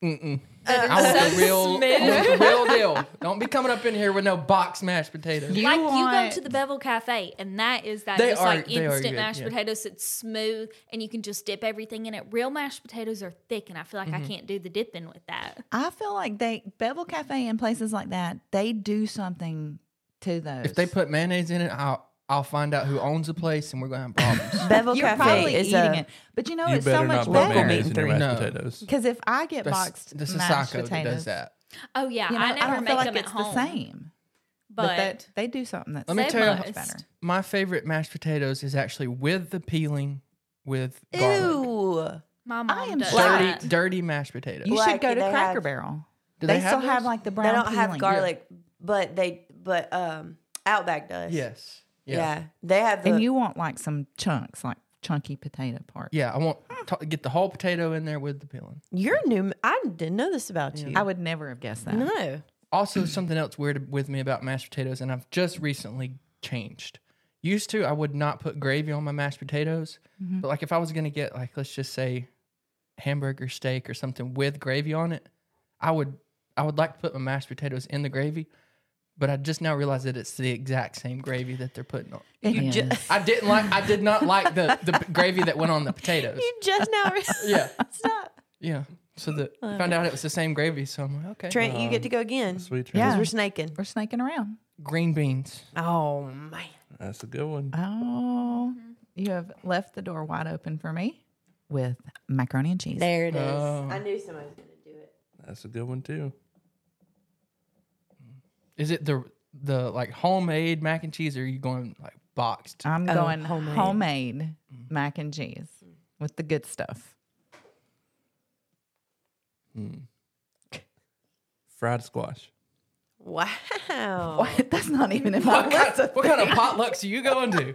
Speaker 2: I want
Speaker 5: so
Speaker 2: the real, I want the real deal. Don't be coming up in here with no box mashed potatoes.
Speaker 3: You
Speaker 5: like you
Speaker 3: want-
Speaker 5: go to the Bevel Cafe and that is that
Speaker 2: They
Speaker 5: just
Speaker 2: are-
Speaker 5: like
Speaker 2: they are
Speaker 5: instant
Speaker 2: good,
Speaker 5: mashed
Speaker 2: yeah.
Speaker 5: potatoes. It's smooth and you can just dip everything in it. Real mashed potatoes are thick and I feel like
Speaker 3: Mm-hmm.
Speaker 5: I can't do the dipping with that.
Speaker 3: I feel like they Bevel Cafe and places like that, they do something to those.
Speaker 2: If they put mayonnaise in it, I'll I'll find out who owns the place, and we're gonna have problems.
Speaker 6: Bevel
Speaker 3: You're
Speaker 6: Cafe
Speaker 3: probably
Speaker 6: is
Speaker 3: eating
Speaker 6: a.
Speaker 3: it. But you know
Speaker 4: you
Speaker 3: it's
Speaker 4: better
Speaker 3: so much
Speaker 4: not put
Speaker 3: better.
Speaker 4: mayonnaise in your mashed
Speaker 2: No.
Speaker 4: potatoes.
Speaker 3: Because if I get boxed
Speaker 2: the Sisako
Speaker 3: mashed
Speaker 2: that
Speaker 3: potatoes,
Speaker 2: does that.
Speaker 5: Oh yeah,
Speaker 3: you know,
Speaker 5: I never
Speaker 3: don't
Speaker 5: make
Speaker 3: feel like
Speaker 5: them
Speaker 3: it's
Speaker 5: at home.
Speaker 3: the same.
Speaker 5: But,
Speaker 3: that, they do something that's
Speaker 2: Let me
Speaker 5: They
Speaker 2: tell you,
Speaker 3: much
Speaker 5: must.
Speaker 3: better.
Speaker 2: my favorite mashed potatoes is actually with the peeling, with garlic.
Speaker 6: Ew.
Speaker 5: my mom
Speaker 3: am
Speaker 5: does
Speaker 3: shocked.
Speaker 2: dirty,
Speaker 5: that.
Speaker 2: dirty mashed potatoes.
Speaker 3: You
Speaker 6: Like,
Speaker 3: should go
Speaker 6: do
Speaker 3: to
Speaker 6: they
Speaker 3: Cracker
Speaker 6: have-
Speaker 3: Barrel.
Speaker 2: Do
Speaker 3: they, still have
Speaker 2: those?
Speaker 3: like the brown.
Speaker 6: They don't have
Speaker 3: peeling.
Speaker 6: garlic, but they but um Outback does.
Speaker 2: Yes.
Speaker 6: Yeah.
Speaker 2: Yeah. Yeah.
Speaker 6: They have the
Speaker 3: and you want like some chunks, like chunky potato part.
Speaker 2: I want to get the whole potato in there with the peeling.
Speaker 6: You're new I didn't know this about you.
Speaker 3: I would never have guessed that.
Speaker 6: no.
Speaker 2: Also, something else weird with me about mashed potatoes, and I've just recently changed. Used to, I would not put gravy on my mashed potatoes,
Speaker 3: Mm-hmm.
Speaker 2: but like if I was gonna get like let's just say hamburger steak or something with gravy on it, I would I would like to put my mashed potatoes in the gravy, but I just now realize that it's the exact same gravy that they're putting on.
Speaker 3: It is.
Speaker 2: I didn't like I did not like the the p- gravy that went on the potatoes.
Speaker 6: You just now realized.
Speaker 2: Yeah,
Speaker 6: Stop.
Speaker 2: yeah. So the found out it was the same gravy. So I'm like, okay,
Speaker 6: Trent, you get to
Speaker 4: Um,
Speaker 6: go again.
Speaker 4: Sweet treat.
Speaker 3: Yeah.
Speaker 6: Because we're snaking.
Speaker 3: We're snaking around.
Speaker 2: green beans.
Speaker 6: Oh, man.
Speaker 4: That's a good one.
Speaker 3: Oh,
Speaker 6: Mm-hmm.
Speaker 3: you have left the door wide open for me with macaroni and cheese.
Speaker 6: There it is.
Speaker 2: Oh.
Speaker 6: I knew somebody was going to do it.
Speaker 4: That's a good one too.
Speaker 2: Is it the the like homemade mac and cheese, or are you going like boxed?
Speaker 3: I'm
Speaker 6: Oh,
Speaker 3: going
Speaker 6: homemade. Mm.
Speaker 3: homemade, mac and cheese with the good stuff.
Speaker 4: Fried squash.
Speaker 6: Wow.
Speaker 3: What? That's not even in my
Speaker 2: What
Speaker 3: list.
Speaker 2: kind, what kind of potlucks are you going to?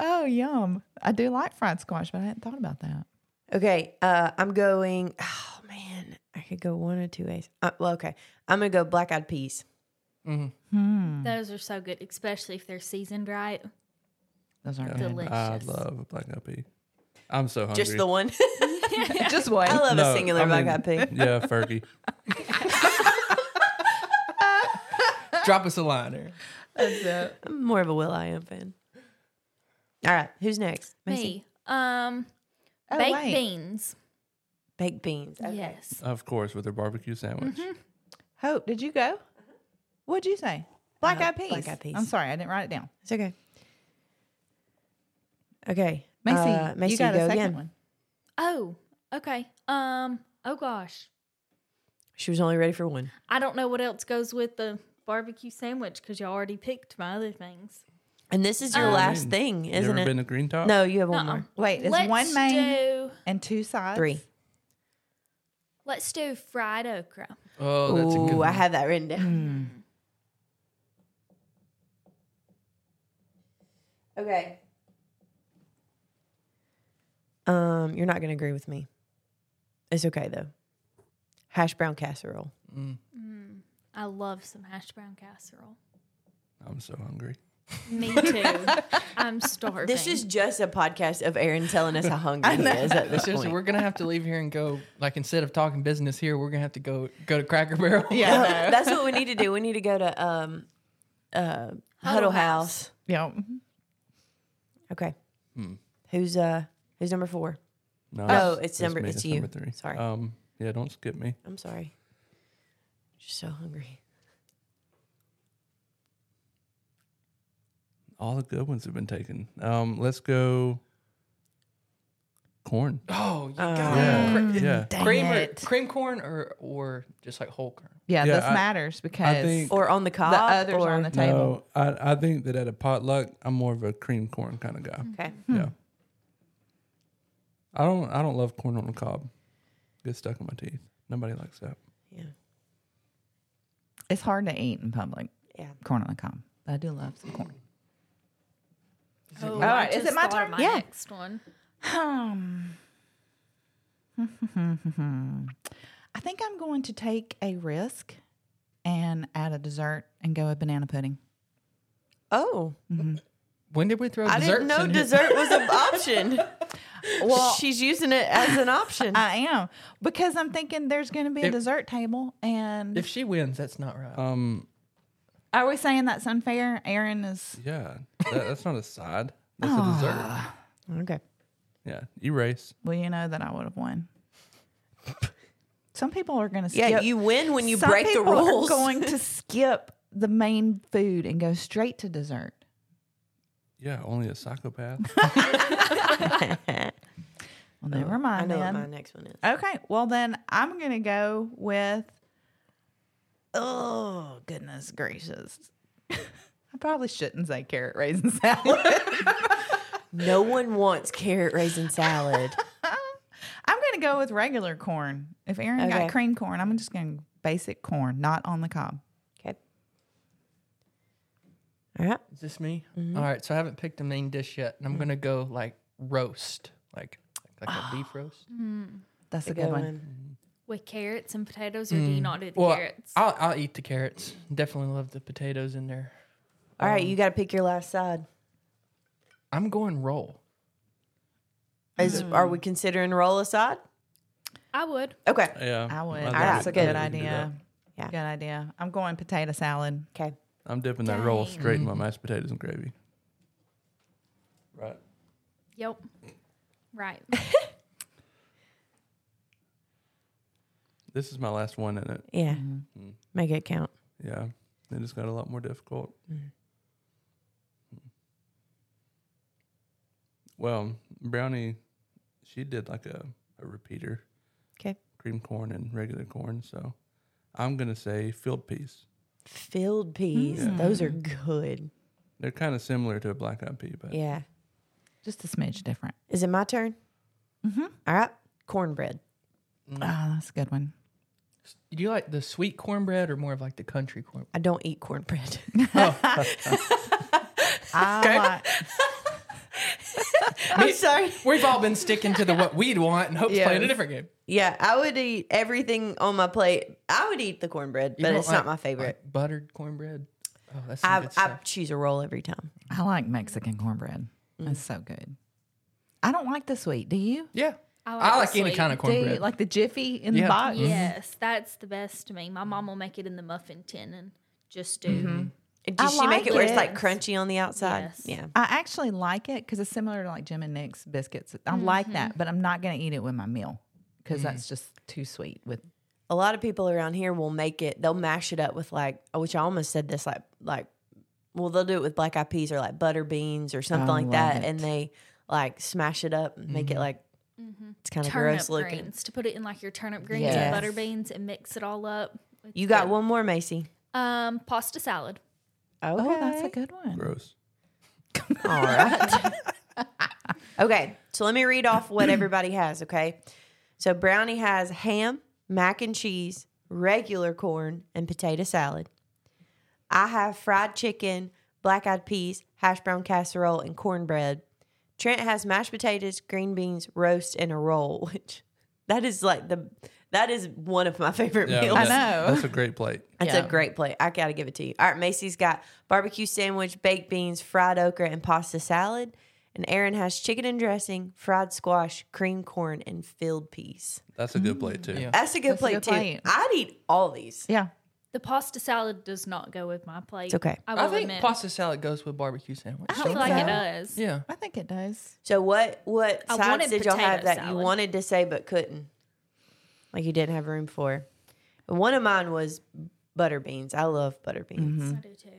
Speaker 3: Oh, yum. I do like fried squash, but I hadn't thought about that.
Speaker 6: Okay, uh, I'm going. Oh man, I could go one or two ways. Uh, well, okay, I'm gonna go black eyed peas.
Speaker 3: Mm.
Speaker 5: Those are so good, especially if they're seasoned right.
Speaker 3: Oh, Those aren't good.
Speaker 5: Delicious.
Speaker 4: I love a black eyed pea. I'm so hungry.
Speaker 6: Just the one.
Speaker 3: Just wait.
Speaker 6: I love
Speaker 4: No,
Speaker 6: a singular
Speaker 4: I
Speaker 6: black
Speaker 4: mean-
Speaker 6: eyed pea.
Speaker 4: Yeah, Fergie.
Speaker 2: Drop us a line, Aaron.
Speaker 6: I'm more of a Will I Am fan. All right, who's next? Macy.
Speaker 5: Me. Um,
Speaker 3: Oh,
Speaker 5: baked
Speaker 3: wait.
Speaker 5: beans.
Speaker 6: Baked beans. Okay.
Speaker 5: Yes.
Speaker 4: Of course, with her barbecue sandwich.
Speaker 6: Mm-hmm.
Speaker 3: Hope, did you go? What'd you say? Black eyed peas.
Speaker 6: Uh-huh. Black Eyed Peas.
Speaker 3: I'm sorry, I didn't write it down.
Speaker 6: It's okay. Okay,
Speaker 3: Macy,
Speaker 6: uh, Macy,
Speaker 3: you got
Speaker 6: go
Speaker 3: a second
Speaker 6: again.
Speaker 3: one.
Speaker 5: Oh, okay. Um, oh gosh.
Speaker 6: She was only ready for one.
Speaker 5: I don't know what else goes with the barbecue sandwich because y'all already picked my other things.
Speaker 6: And this is your
Speaker 4: Um,
Speaker 6: last
Speaker 4: Mm.
Speaker 6: thing,
Speaker 4: you
Speaker 6: isn't
Speaker 4: ever
Speaker 6: it? Uh-uh.
Speaker 4: been to Green Top?
Speaker 6: no, you have one
Speaker 5: Nuh-uh.
Speaker 6: more.
Speaker 3: Wait, it's
Speaker 5: Let's
Speaker 3: one main
Speaker 5: do
Speaker 3: and two sides.
Speaker 6: Three.
Speaker 5: let's do fried okra.
Speaker 2: Oh, that's a good
Speaker 6: Ooh,
Speaker 2: one.
Speaker 6: I have that written down. Okay. Um, you're not gonna agree with me. It's okay though. Hash brown casserole.
Speaker 5: I love some hash brown casserole.
Speaker 4: I'm so hungry.
Speaker 5: Me too. I'm starving.
Speaker 6: This is just a podcast of Aaron telling us how hungry he is at this
Speaker 2: Seriously,
Speaker 6: point.
Speaker 2: we're gonna have to leave here and go. Like instead of talking business here, we're gonna have to go go to Cracker Barrel.
Speaker 3: Yeah.
Speaker 6: No,
Speaker 3: I know.
Speaker 6: that's what we need to do. We need to go to um, uh, Huddle
Speaker 5: Huddle
Speaker 6: House.
Speaker 5: House.
Speaker 3: Yep.
Speaker 6: Okay. Who's uh who's number four? Oh,
Speaker 4: No, it's-
Speaker 6: it's
Speaker 4: it's
Speaker 6: number-
Speaker 4: me.
Speaker 6: it's you.
Speaker 4: number three.
Speaker 6: Sorry.
Speaker 4: Um, yeah, don't skip me.
Speaker 6: I'm sorry. Just so hungry.
Speaker 4: All the good ones have been taken. Um, let's go. Corn.
Speaker 2: Oh, you got
Speaker 6: Uh,
Speaker 4: Yeah,
Speaker 2: it.
Speaker 4: yeah.
Speaker 2: Cre- cream or,
Speaker 3: it.
Speaker 2: cream corn or or just like whole corn.
Speaker 3: Yeah,
Speaker 4: Yeah,
Speaker 3: this
Speaker 4: I-
Speaker 3: matters because
Speaker 4: think-
Speaker 6: Or on the
Speaker 3: the
Speaker 6: cob.
Speaker 3: others
Speaker 6: or,
Speaker 3: on the table.
Speaker 4: No, I, I think that at a potluck, I'm more of a cream corn kind of guy.
Speaker 3: Hmm.
Speaker 6: Okay.
Speaker 4: Yeah. I don't. I don't love corn on the cob. Gets stuck in my teeth. Nobody likes that.
Speaker 6: Yeah.
Speaker 3: it's hard to eat in public.
Speaker 6: Yeah.
Speaker 3: Corn on the cob. But I do love some corn.
Speaker 5: Oh,
Speaker 3: All right, is it my turn?
Speaker 5: yeah.
Speaker 3: Yeah.
Speaker 5: Next one.
Speaker 3: Um, I think I'm going to take a risk and add a dessert and go with banana pudding.
Speaker 6: Oh.
Speaker 2: When did we throw?
Speaker 6: I didn't
Speaker 2: desserts
Speaker 6: know
Speaker 2: in here?
Speaker 6: dessert was an option. well, she's using it as an option.
Speaker 3: I am because I'm thinking there's going to be a
Speaker 2: If-
Speaker 3: dessert table, and
Speaker 2: If she wins, that's not right.
Speaker 4: Um.
Speaker 3: are we saying that's unfair? Aaron is
Speaker 4: Yeah. That, that's not a side. That's a dessert.
Speaker 3: Ah,
Speaker 6: okay.
Speaker 4: Yeah. Erase.
Speaker 3: well, you know that I would have won. Some people are going to
Speaker 6: Yeah,
Speaker 3: skip.
Speaker 6: you win when you
Speaker 3: Some
Speaker 6: break the
Speaker 3: people are
Speaker 6: rules.
Speaker 3: going to skip the main food and go straight to dessert.
Speaker 4: Yeah. Only a psychopath.
Speaker 3: Well, never
Speaker 6: Oh, I
Speaker 3: mind.
Speaker 6: know what
Speaker 3: then.
Speaker 6: my next one is.
Speaker 3: Okay. Well, then I'm going to go with. Oh, goodness gracious. I probably shouldn't say carrot raisin salad.
Speaker 6: No one wants carrot raisin salad.
Speaker 3: I'm going to go with regular corn. If Aaron
Speaker 6: Okay.
Speaker 3: got cream corn, I'm just going to basic corn, not on the cob.
Speaker 6: Okay. All right.
Speaker 2: Is this me?
Speaker 6: Mm-hmm.
Speaker 2: All right, so I haven't picked a main dish yet, and I'm gonna go like roast, like like a beef roast.
Speaker 6: Mm-hmm.
Speaker 3: That's a good one.
Speaker 5: With carrots and
Speaker 3: Mm.
Speaker 5: potatoes, or do you not do the
Speaker 2: Well,
Speaker 5: carrots?
Speaker 2: I'll I'll eat the carrots. Definitely love the potatoes in there.
Speaker 6: All right, you got to pick your last side.
Speaker 2: I'm going roll.
Speaker 6: Is are we considering roll aside?
Speaker 5: I would.
Speaker 6: Okay.
Speaker 4: Yeah,
Speaker 3: I would.
Speaker 4: think
Speaker 3: That's
Speaker 4: we-
Speaker 3: a good
Speaker 4: I think we can do
Speaker 3: idea.
Speaker 4: that.
Speaker 6: Yeah.
Speaker 3: Good idea. I'm going potato salad.
Speaker 6: Okay.
Speaker 4: I'm dipping that roll
Speaker 5: Dang.
Speaker 4: straight in my mashed potatoes and gravy. Right.
Speaker 5: Yep. Right.
Speaker 4: This is my last one in it.
Speaker 6: Yeah.
Speaker 2: Mm-hmm.
Speaker 6: Make it count.
Speaker 4: Yeah. It just got a lot more difficult. Well, Brownie, she did like a, a repeater.
Speaker 6: 'Kay.
Speaker 4: Cream corn and regular corn. So I'm going to say field peas.
Speaker 6: Filled peas.
Speaker 2: Mm.
Speaker 6: Those are good.
Speaker 4: They're kind of similar to a black eyed pea, but
Speaker 6: Yeah.
Speaker 3: Just a smidge different.
Speaker 6: Is it my turn? Mm-hmm. All right. Cornbread.
Speaker 3: Oh, that's a good one.
Speaker 2: Do you like the sweet cornbread or more of like the country corn?
Speaker 6: I don't eat cornbread.
Speaker 3: I like,
Speaker 6: I'm sorry.
Speaker 2: We've all been sticking to the what we'd want and hope to playing a
Speaker 3: Yes.
Speaker 2: different game.
Speaker 6: Yeah, I would eat everything on my plate. I would eat the cornbread,
Speaker 2: You
Speaker 6: but
Speaker 2: don't
Speaker 6: it's
Speaker 2: like-
Speaker 6: not my favorite.
Speaker 2: like buttered cornbread. Oh, that's some
Speaker 6: I,
Speaker 2: good
Speaker 6: I
Speaker 2: stuff.
Speaker 6: choose a roll every time.
Speaker 3: I like Mexican cornbread.
Speaker 6: Mm.
Speaker 3: That's so good. I don't like the sweet. Do you?
Speaker 2: yeah,
Speaker 5: I
Speaker 2: I
Speaker 5: like
Speaker 2: like,
Speaker 5: the
Speaker 2: any
Speaker 5: sweet.
Speaker 2: kind of
Speaker 3: Do you
Speaker 2: cornbread.
Speaker 3: like the jiffy in the
Speaker 2: Yeah.
Speaker 3: box?
Speaker 5: Mm-hmm. yes, that's the best to me. My mom will make it in the muffin tin and just do.
Speaker 6: Does
Speaker 3: I
Speaker 6: she make
Speaker 3: like
Speaker 6: it where it's like
Speaker 3: it.
Speaker 6: crunchy on the outside?
Speaker 5: Yes.
Speaker 6: Yeah.
Speaker 3: I actually like it because it's similar to like Jim and Nick's biscuits. I
Speaker 6: Mm-hmm.
Speaker 3: like that, but I'm not going to eat it with my meal because that's just too sweet. With
Speaker 6: A lot of people around here will make it. They'll mash it up with like, oh, which I almost said this like like, well they'll do it with black eyed peas or like butter beans or something
Speaker 3: I
Speaker 6: like
Speaker 3: love
Speaker 6: that,
Speaker 3: it.
Speaker 6: and they like smash it up and make
Speaker 3: Mm-hmm.
Speaker 6: it like it's kind of
Speaker 5: Mm-hmm. Turnip
Speaker 6: gross looking.
Speaker 5: greens to put it in like your turnip greens
Speaker 3: Yes.
Speaker 5: and butter beans and mix it all up. It's
Speaker 6: You got
Speaker 5: good.
Speaker 6: one more, Macy.
Speaker 5: Um, pasta salad.
Speaker 6: Okay.
Speaker 3: oh, that's a good one.
Speaker 4: gross.
Speaker 6: All right. okay, so let me read off what everybody has, okay? So Brownie has ham, mac and cheese, regular corn, and potato salad. I have fried chicken, black eyed peas, hash brown casserole, and cornbread. Trent has mashed potatoes, green beans, roast, and a roll, which that is like the that is one of my favorite meals.
Speaker 3: I
Speaker 4: that's-
Speaker 3: know.
Speaker 4: That's a great plate.
Speaker 6: That's
Speaker 3: Yeah.
Speaker 6: a great plate. I gotta give it to you. All right, Macy's got barbecue sandwich, baked beans, fried okra, and pasta salad. And Aaron has chicken and dressing, fried squash, cream corn, and filled peas.
Speaker 4: That's a good plate, too.
Speaker 2: Yeah.
Speaker 6: That's a good
Speaker 3: That's a
Speaker 6: plate
Speaker 3: good
Speaker 6: too.
Speaker 3: plate.
Speaker 6: I'd eat all these.
Speaker 3: Yeah,
Speaker 5: The pasta salad does not go with my plate.
Speaker 6: It's okay.
Speaker 5: I will
Speaker 2: I think
Speaker 5: admit.
Speaker 2: pasta salad goes with barbecue sandwich.
Speaker 5: I feel like it does.
Speaker 2: Yeah,
Speaker 3: I think it does.
Speaker 6: So what what
Speaker 5: I
Speaker 6: sides
Speaker 5: wanted
Speaker 6: did y'all have
Speaker 5: potato
Speaker 6: that you
Speaker 5: salad.
Speaker 6: wanted to say but couldn't? Like you didn't have room for. One of mine was butter beans. I love butter beans.
Speaker 5: I do too.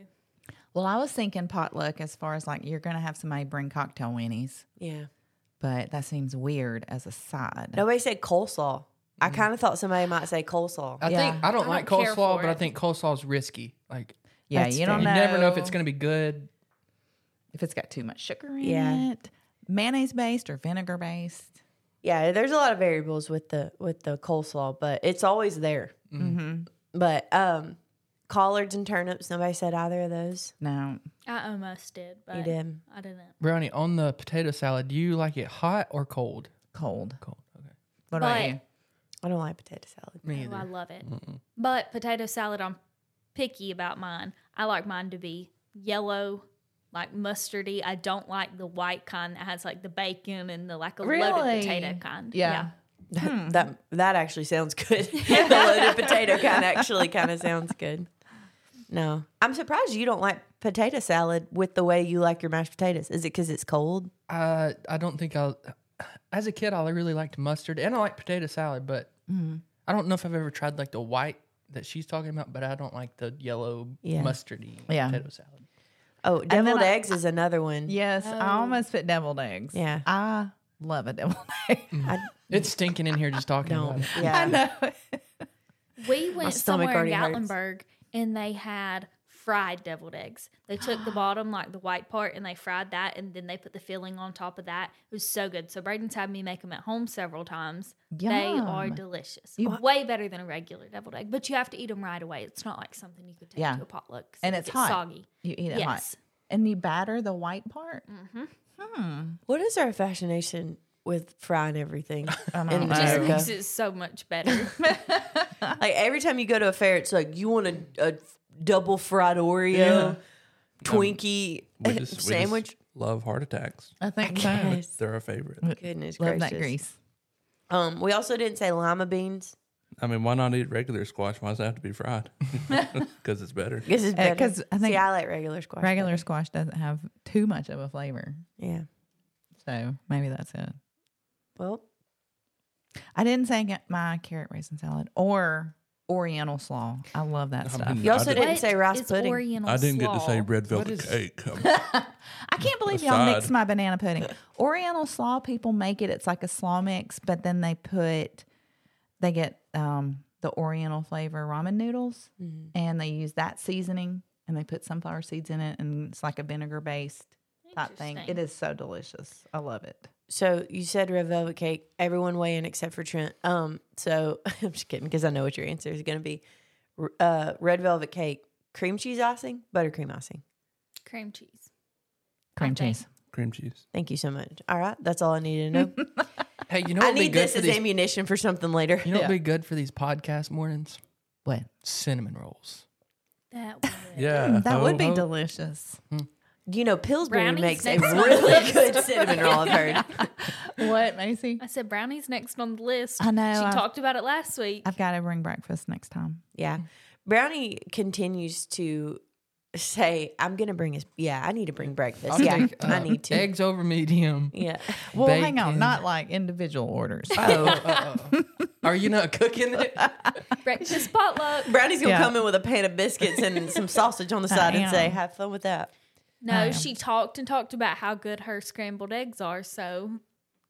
Speaker 3: Well, I was thinking potluck as far as like you're going to have somebody bring cocktail winnies,
Speaker 6: Yeah.
Speaker 3: but that seems weird as a side.
Speaker 6: Nobody said coleslaw. I kind of thought somebody might say coleslaw.
Speaker 2: I
Speaker 3: Yeah.
Speaker 2: think I don't like
Speaker 5: don't care
Speaker 2: coleslaw,
Speaker 5: for
Speaker 2: but I
Speaker 5: it.
Speaker 2: think coleslaw's risky. Like
Speaker 3: yeah,
Speaker 6: That's
Speaker 3: you
Speaker 6: fair.
Speaker 3: don't
Speaker 2: you
Speaker 3: know.
Speaker 2: never know if it's going to be good.
Speaker 3: if it's got too much sugar in
Speaker 6: Yeah.
Speaker 3: it, mayonnaise based or vinegar based.
Speaker 6: Yeah, there's a lot of variables with the with the coleslaw, but it's always there.
Speaker 3: Mm-hmm.
Speaker 6: But um collards and turnips, nobody said either of those.
Speaker 3: No,
Speaker 5: I almost did, but
Speaker 6: You did.
Speaker 5: I didn't.
Speaker 2: Brownie on the potato salad. Do you like it hot or cold?
Speaker 3: cold.
Speaker 2: Cold. Okay.
Speaker 3: What
Speaker 5: But-
Speaker 3: about you?
Speaker 6: I don't like potato salad.
Speaker 2: Me
Speaker 5: Oh, I
Speaker 2: either.
Speaker 5: love it. But potato salad, I'm picky about mine. I like mine to be yellow, like mustardy. I don't like the white kind that has like the bacon and the like a
Speaker 3: Really?
Speaker 5: loaded potato kind.
Speaker 3: Yeah.
Speaker 6: That
Speaker 3: Hmm.
Speaker 6: that, that actually sounds good. the loaded potato kind actually kind of sounds good. No, I'm surprised you don't like potato salad with the way you like your mashed potatoes. Is it because it's cold?
Speaker 2: Uh, I don't think I. As a kid, I really liked mustard, and I like potato salad, but
Speaker 6: Mm-hmm.
Speaker 2: I don't know if I've ever tried like the white that she's talking about. But I don't like the yellow
Speaker 6: Yeah.
Speaker 2: mustardy
Speaker 3: Yeah.
Speaker 2: potato salad.
Speaker 6: Oh,
Speaker 3: then
Speaker 6: deviled
Speaker 3: I-
Speaker 6: eggs is another one.
Speaker 3: Yes, I almost put deviled eggs.
Speaker 6: Yeah.
Speaker 3: I love a deviled egg.
Speaker 2: Mm.
Speaker 6: I
Speaker 2: It's stinking in here just talking about
Speaker 6: don't.
Speaker 2: it.
Speaker 3: I
Speaker 6: Yeah,
Speaker 3: know.
Speaker 5: We went
Speaker 6: stomach
Speaker 5: somewhere in
Speaker 6: already hurts.
Speaker 5: Gatlinburg and they had fried deviled eggs. They took the bottom, like the white part, and they fried that, and then they put the filling on top of that. It was so good. So Braden's had me make them at home several times. They are
Speaker 3: Yum.
Speaker 5: delicious. Way better than a regular deviled egg, but you have to eat them right away. It's not like something you could take
Speaker 3: Yeah.
Speaker 5: to a potluck. 'cause
Speaker 3: And
Speaker 5: it
Speaker 3: it's
Speaker 5: gets
Speaker 3: hot.
Speaker 5: soggy.
Speaker 3: You eat it hot.
Speaker 5: Yes.
Speaker 3: And you batter the white part.
Speaker 6: what is our fascination with frying everything?
Speaker 3: I
Speaker 6: in
Speaker 3: don't
Speaker 5: It just
Speaker 6: America?
Speaker 5: makes it so much better.
Speaker 3: Um,
Speaker 6: Like every time you go to a fair, it's like you want a, a double fried Oreo. Twinkie eh,
Speaker 4: We just- we just
Speaker 6: sandwich.
Speaker 4: love heart attacks.
Speaker 3: I think so.
Speaker 6: Yes.
Speaker 4: They're our favorite.
Speaker 6: Goodness
Speaker 3: Love
Speaker 6: gracious.
Speaker 3: that grease.
Speaker 6: Um, we also didn't say lima beans.
Speaker 4: I mean, why not eat regular squash? Why does it have to be fried? Because it's better.
Speaker 6: This is
Speaker 3: Uh,
Speaker 6: better.
Speaker 3: 'cause I
Speaker 6: See,
Speaker 3: think
Speaker 6: I like regular squash.
Speaker 3: Regular
Speaker 6: better.
Speaker 3: squash doesn't have too much of a flavor,
Speaker 6: Yeah.
Speaker 3: so maybe that's it.
Speaker 6: Well,
Speaker 3: I didn't say get my carrot raisin salad or Oriental slaw. I love that
Speaker 4: I
Speaker 3: stuff.
Speaker 4: mean,
Speaker 6: you
Speaker 4: I
Speaker 6: also
Speaker 4: didn't-
Speaker 6: didn't say rice
Speaker 5: It's
Speaker 6: pudding.
Speaker 5: Oriental
Speaker 4: I didn't get to say
Speaker 5: slaw.
Speaker 4: red velvet
Speaker 2: is-
Speaker 4: cake. Um,
Speaker 3: I can't believe y'all
Speaker 4: Aside.
Speaker 3: mixed my banana pudding. Oriental slaw people make it. It's like a slaw mix, but then they put they get um, the Oriental flavor ramen noodles, and they use that seasoning, and they put sunflower seeds in it, and it's like a vinegar based type thing. It
Speaker 5: Interesting.
Speaker 3: is so delicious. I love it.
Speaker 6: So you said red velvet cake. Everyone weigh in except for Trent. Um, so I'm just kidding because I know what your answer is going to be. R- Uh, red velvet cake, cream cheese icing, buttercream icing.
Speaker 5: cream cheese.
Speaker 3: Cream
Speaker 5: think.
Speaker 3: cheese.
Speaker 4: cream cheese.
Speaker 6: Thank you so much. All right, that's all I needed to know.
Speaker 2: Hey, you know
Speaker 6: I
Speaker 2: what'd be
Speaker 6: need
Speaker 2: good
Speaker 6: this
Speaker 2: for
Speaker 6: as
Speaker 2: these?
Speaker 6: ammunition for something later.
Speaker 2: You know what'd be good for these podcast mornings?
Speaker 3: What?
Speaker 2: Cinnamon rolls.
Speaker 5: That was
Speaker 4: Yeah,
Speaker 3: that would
Speaker 4: ho,
Speaker 3: be
Speaker 4: ho.
Speaker 3: delicious.
Speaker 6: You know, Pillsbury
Speaker 5: Brownies
Speaker 6: makes a
Speaker 5: next on the
Speaker 6: really
Speaker 5: list.
Speaker 6: good cinnamon roll. I've heard.
Speaker 3: What, Macy?
Speaker 5: I said brownies next on the list.
Speaker 3: I know,
Speaker 5: She
Speaker 3: I've-
Speaker 5: talked about it last week.
Speaker 3: I've got to bring breakfast next time.
Speaker 6: Yeah, Brownie continues to say, "I'm going to bring his. Yeah, I need to bring breakfast.
Speaker 2: I'll
Speaker 6: yeah,
Speaker 2: take,
Speaker 6: I
Speaker 2: uh,
Speaker 6: need to.
Speaker 2: Eggs over medium.
Speaker 6: Yeah,
Speaker 3: Well, hang on,
Speaker 2: Bacon.
Speaker 3: not like individual orders.
Speaker 2: Oh, uh, uh, are you not cooking it?
Speaker 5: Breakfast potluck.
Speaker 6: Brownie's gonna
Speaker 3: Yeah.
Speaker 6: come in with a pan of biscuits and some sausage on the side and say,
Speaker 3: am.
Speaker 6: "Have fun with that."
Speaker 5: No, she talked and talked about how good her scrambled eggs are. So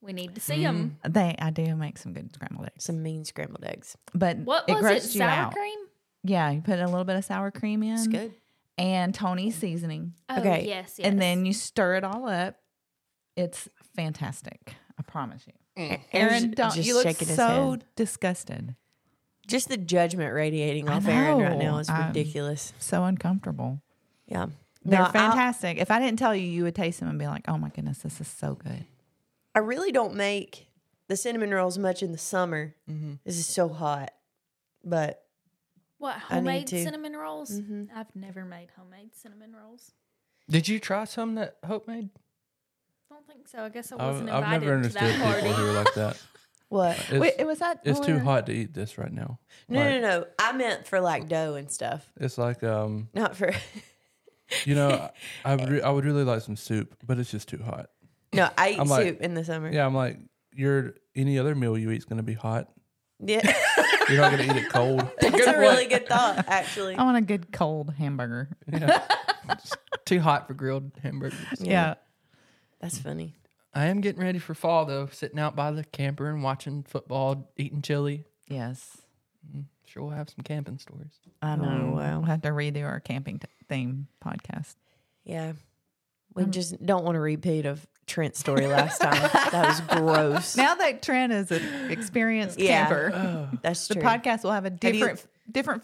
Speaker 5: we need to see them.
Speaker 3: they, I do make some good scrambled eggs,
Speaker 6: Some mean scrambled eggs.
Speaker 3: but
Speaker 5: What
Speaker 3: Hmm. it
Speaker 5: was it?
Speaker 3: grosses you
Speaker 5: Sour
Speaker 3: out.
Speaker 5: cream?
Speaker 3: Yeah, you put a little bit of sour cream in.
Speaker 6: It's good.
Speaker 3: And Tony's seasoning.
Speaker 5: Oh,
Speaker 6: Okay,
Speaker 5: Yes, yes.
Speaker 3: And then you stir it all up. It's fantastic. I promise you. Mm. Aaron,
Speaker 6: Aaron's
Speaker 3: don't
Speaker 6: just
Speaker 3: you look
Speaker 6: shaking his
Speaker 3: so
Speaker 6: head.
Speaker 3: disgusted.
Speaker 6: Just the judgment radiating
Speaker 3: I
Speaker 6: off Aaron right
Speaker 3: know.
Speaker 6: now is
Speaker 3: I'm-
Speaker 6: ridiculous.
Speaker 3: So uncomfortable.
Speaker 6: Yeah,
Speaker 3: They're
Speaker 6: No, I-
Speaker 3: fantastic. if I didn't tell you, you would taste them and be like, oh my goodness, this is so good.
Speaker 6: I really don't make the cinnamon rolls much in the summer.
Speaker 4: Mm-hmm.
Speaker 6: This is so hot, but
Speaker 5: what
Speaker 6: I need
Speaker 5: homemade
Speaker 6: to.
Speaker 5: cinnamon rolls?
Speaker 3: Mm-hmm.
Speaker 5: I've never made homemade cinnamon rolls.
Speaker 2: Did you try some that Hope made?
Speaker 5: Don't think so. I guess I
Speaker 4: I've,
Speaker 5: wasn't
Speaker 4: I've
Speaker 5: invited
Speaker 4: never
Speaker 5: to
Speaker 4: understood
Speaker 5: that
Speaker 4: people who
Speaker 5: party.
Speaker 4: are like that.
Speaker 6: what?
Speaker 4: It's,
Speaker 3: Wait, it was that.
Speaker 4: it's too
Speaker 3: where-
Speaker 4: hot to eat this right now.
Speaker 6: No,
Speaker 4: Like,
Speaker 6: no, no. I meant for like dough and stuff,
Speaker 4: It's like um,
Speaker 6: not for.
Speaker 4: you know, I would re- I would really like some soup, but it's just too hot.
Speaker 6: no, I eat
Speaker 4: I'm like-
Speaker 6: soup in the summer.
Speaker 4: Yeah, I'm like, your any other meal you eat's gonna be hot.
Speaker 6: Yeah.
Speaker 4: You're not gonna eat it cold.
Speaker 6: that's a really good thought, actually.
Speaker 3: I want a good cold hamburger.
Speaker 2: Too hot for grilled hamburgers.
Speaker 3: Yeah.
Speaker 6: That's funny.
Speaker 2: I am getting ready for fall though. Sitting out by the camper and watching football, eating chili.
Speaker 3: Yes.
Speaker 2: Sure, we'll have some camping stories.
Speaker 3: I know.
Speaker 6: wow.
Speaker 3: We'll have to redo our camping t- theme podcast.
Speaker 6: Yeah. We
Speaker 3: Mm.
Speaker 6: just don't want to repeat of Trent's story last time. that was gross.
Speaker 3: Now that Trent is an experienced
Speaker 6: Yeah.
Speaker 3: camper,
Speaker 6: That's
Speaker 3: the
Speaker 6: true.
Speaker 3: podcast will have a
Speaker 6: you-
Speaker 3: different different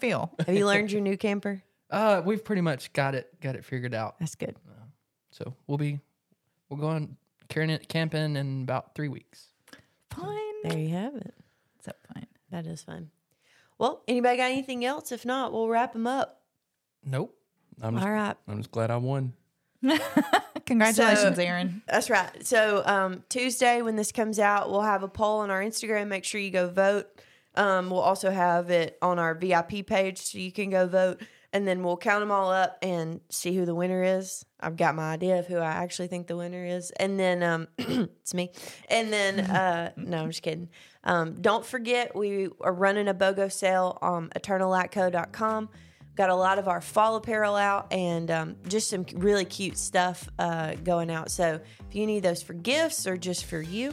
Speaker 3: feel.
Speaker 6: Have you learned your new camper?
Speaker 2: Uh, we've pretty much got it got it figured out.
Speaker 6: That's good.
Speaker 2: So we'll be we'll go on carrying it camping in about three weeks.
Speaker 3: Fine.
Speaker 6: There you have it.
Speaker 3: So fine.
Speaker 6: That is fun. Well, anybody got anything else? If not, we'll wrap them up.
Speaker 2: Nope.
Speaker 4: I'm just,
Speaker 6: All right.
Speaker 4: I'm just glad I won.
Speaker 3: Congratulations,
Speaker 6: So-
Speaker 3: Aaron.
Speaker 6: That's right. So um, Tuesday, when this comes out, we'll have a poll on our Instagram. Make sure you go vote. Um, we'll also have it on our VIP page, so you can go vote. And then we'll count them all up and see who the winner is. I've got my idea of who I actually think the winner is, and then um, it's me. And then uh, no, I'm just kidding. Um, don't forget, we are running a BOGO sale on EternalLightCo.com got a lot of our fall apparel out and um, just some really cute stuff uh, going out. So if you need those for gifts or just for you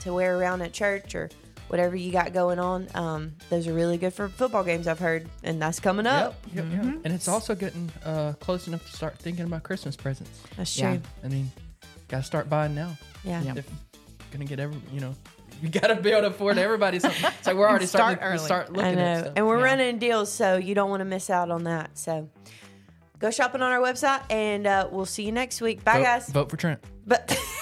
Speaker 6: to wear around at church or whatever you got going on, um, those are really good for football games. I've heard, and that's coming up.
Speaker 2: Yep,
Speaker 6: Mm-hmm.
Speaker 2: yep. And it's also getting uh, close enough to start thinking about Christmas presents.
Speaker 6: That's true.
Speaker 3: Yeah.
Speaker 6: Yeah.
Speaker 2: I mean, gotta start buying now.
Speaker 3: Yeah.
Speaker 2: If gonna get every, you know, you gotta be able to afford everybody something. So we're already starting
Speaker 3: Start
Speaker 2: to- to
Speaker 3: early.
Speaker 2: start
Speaker 6: I
Speaker 2: looking at
Speaker 6: know,
Speaker 2: stuff.
Speaker 6: and we're running deals, so you don't want to miss out on that. So go shopping on our website, and uh, we'll see you next week. Bye,
Speaker 2: vote,
Speaker 6: guys.
Speaker 2: Vote for Trent.
Speaker 6: But.
Speaker 3: Uh-huh.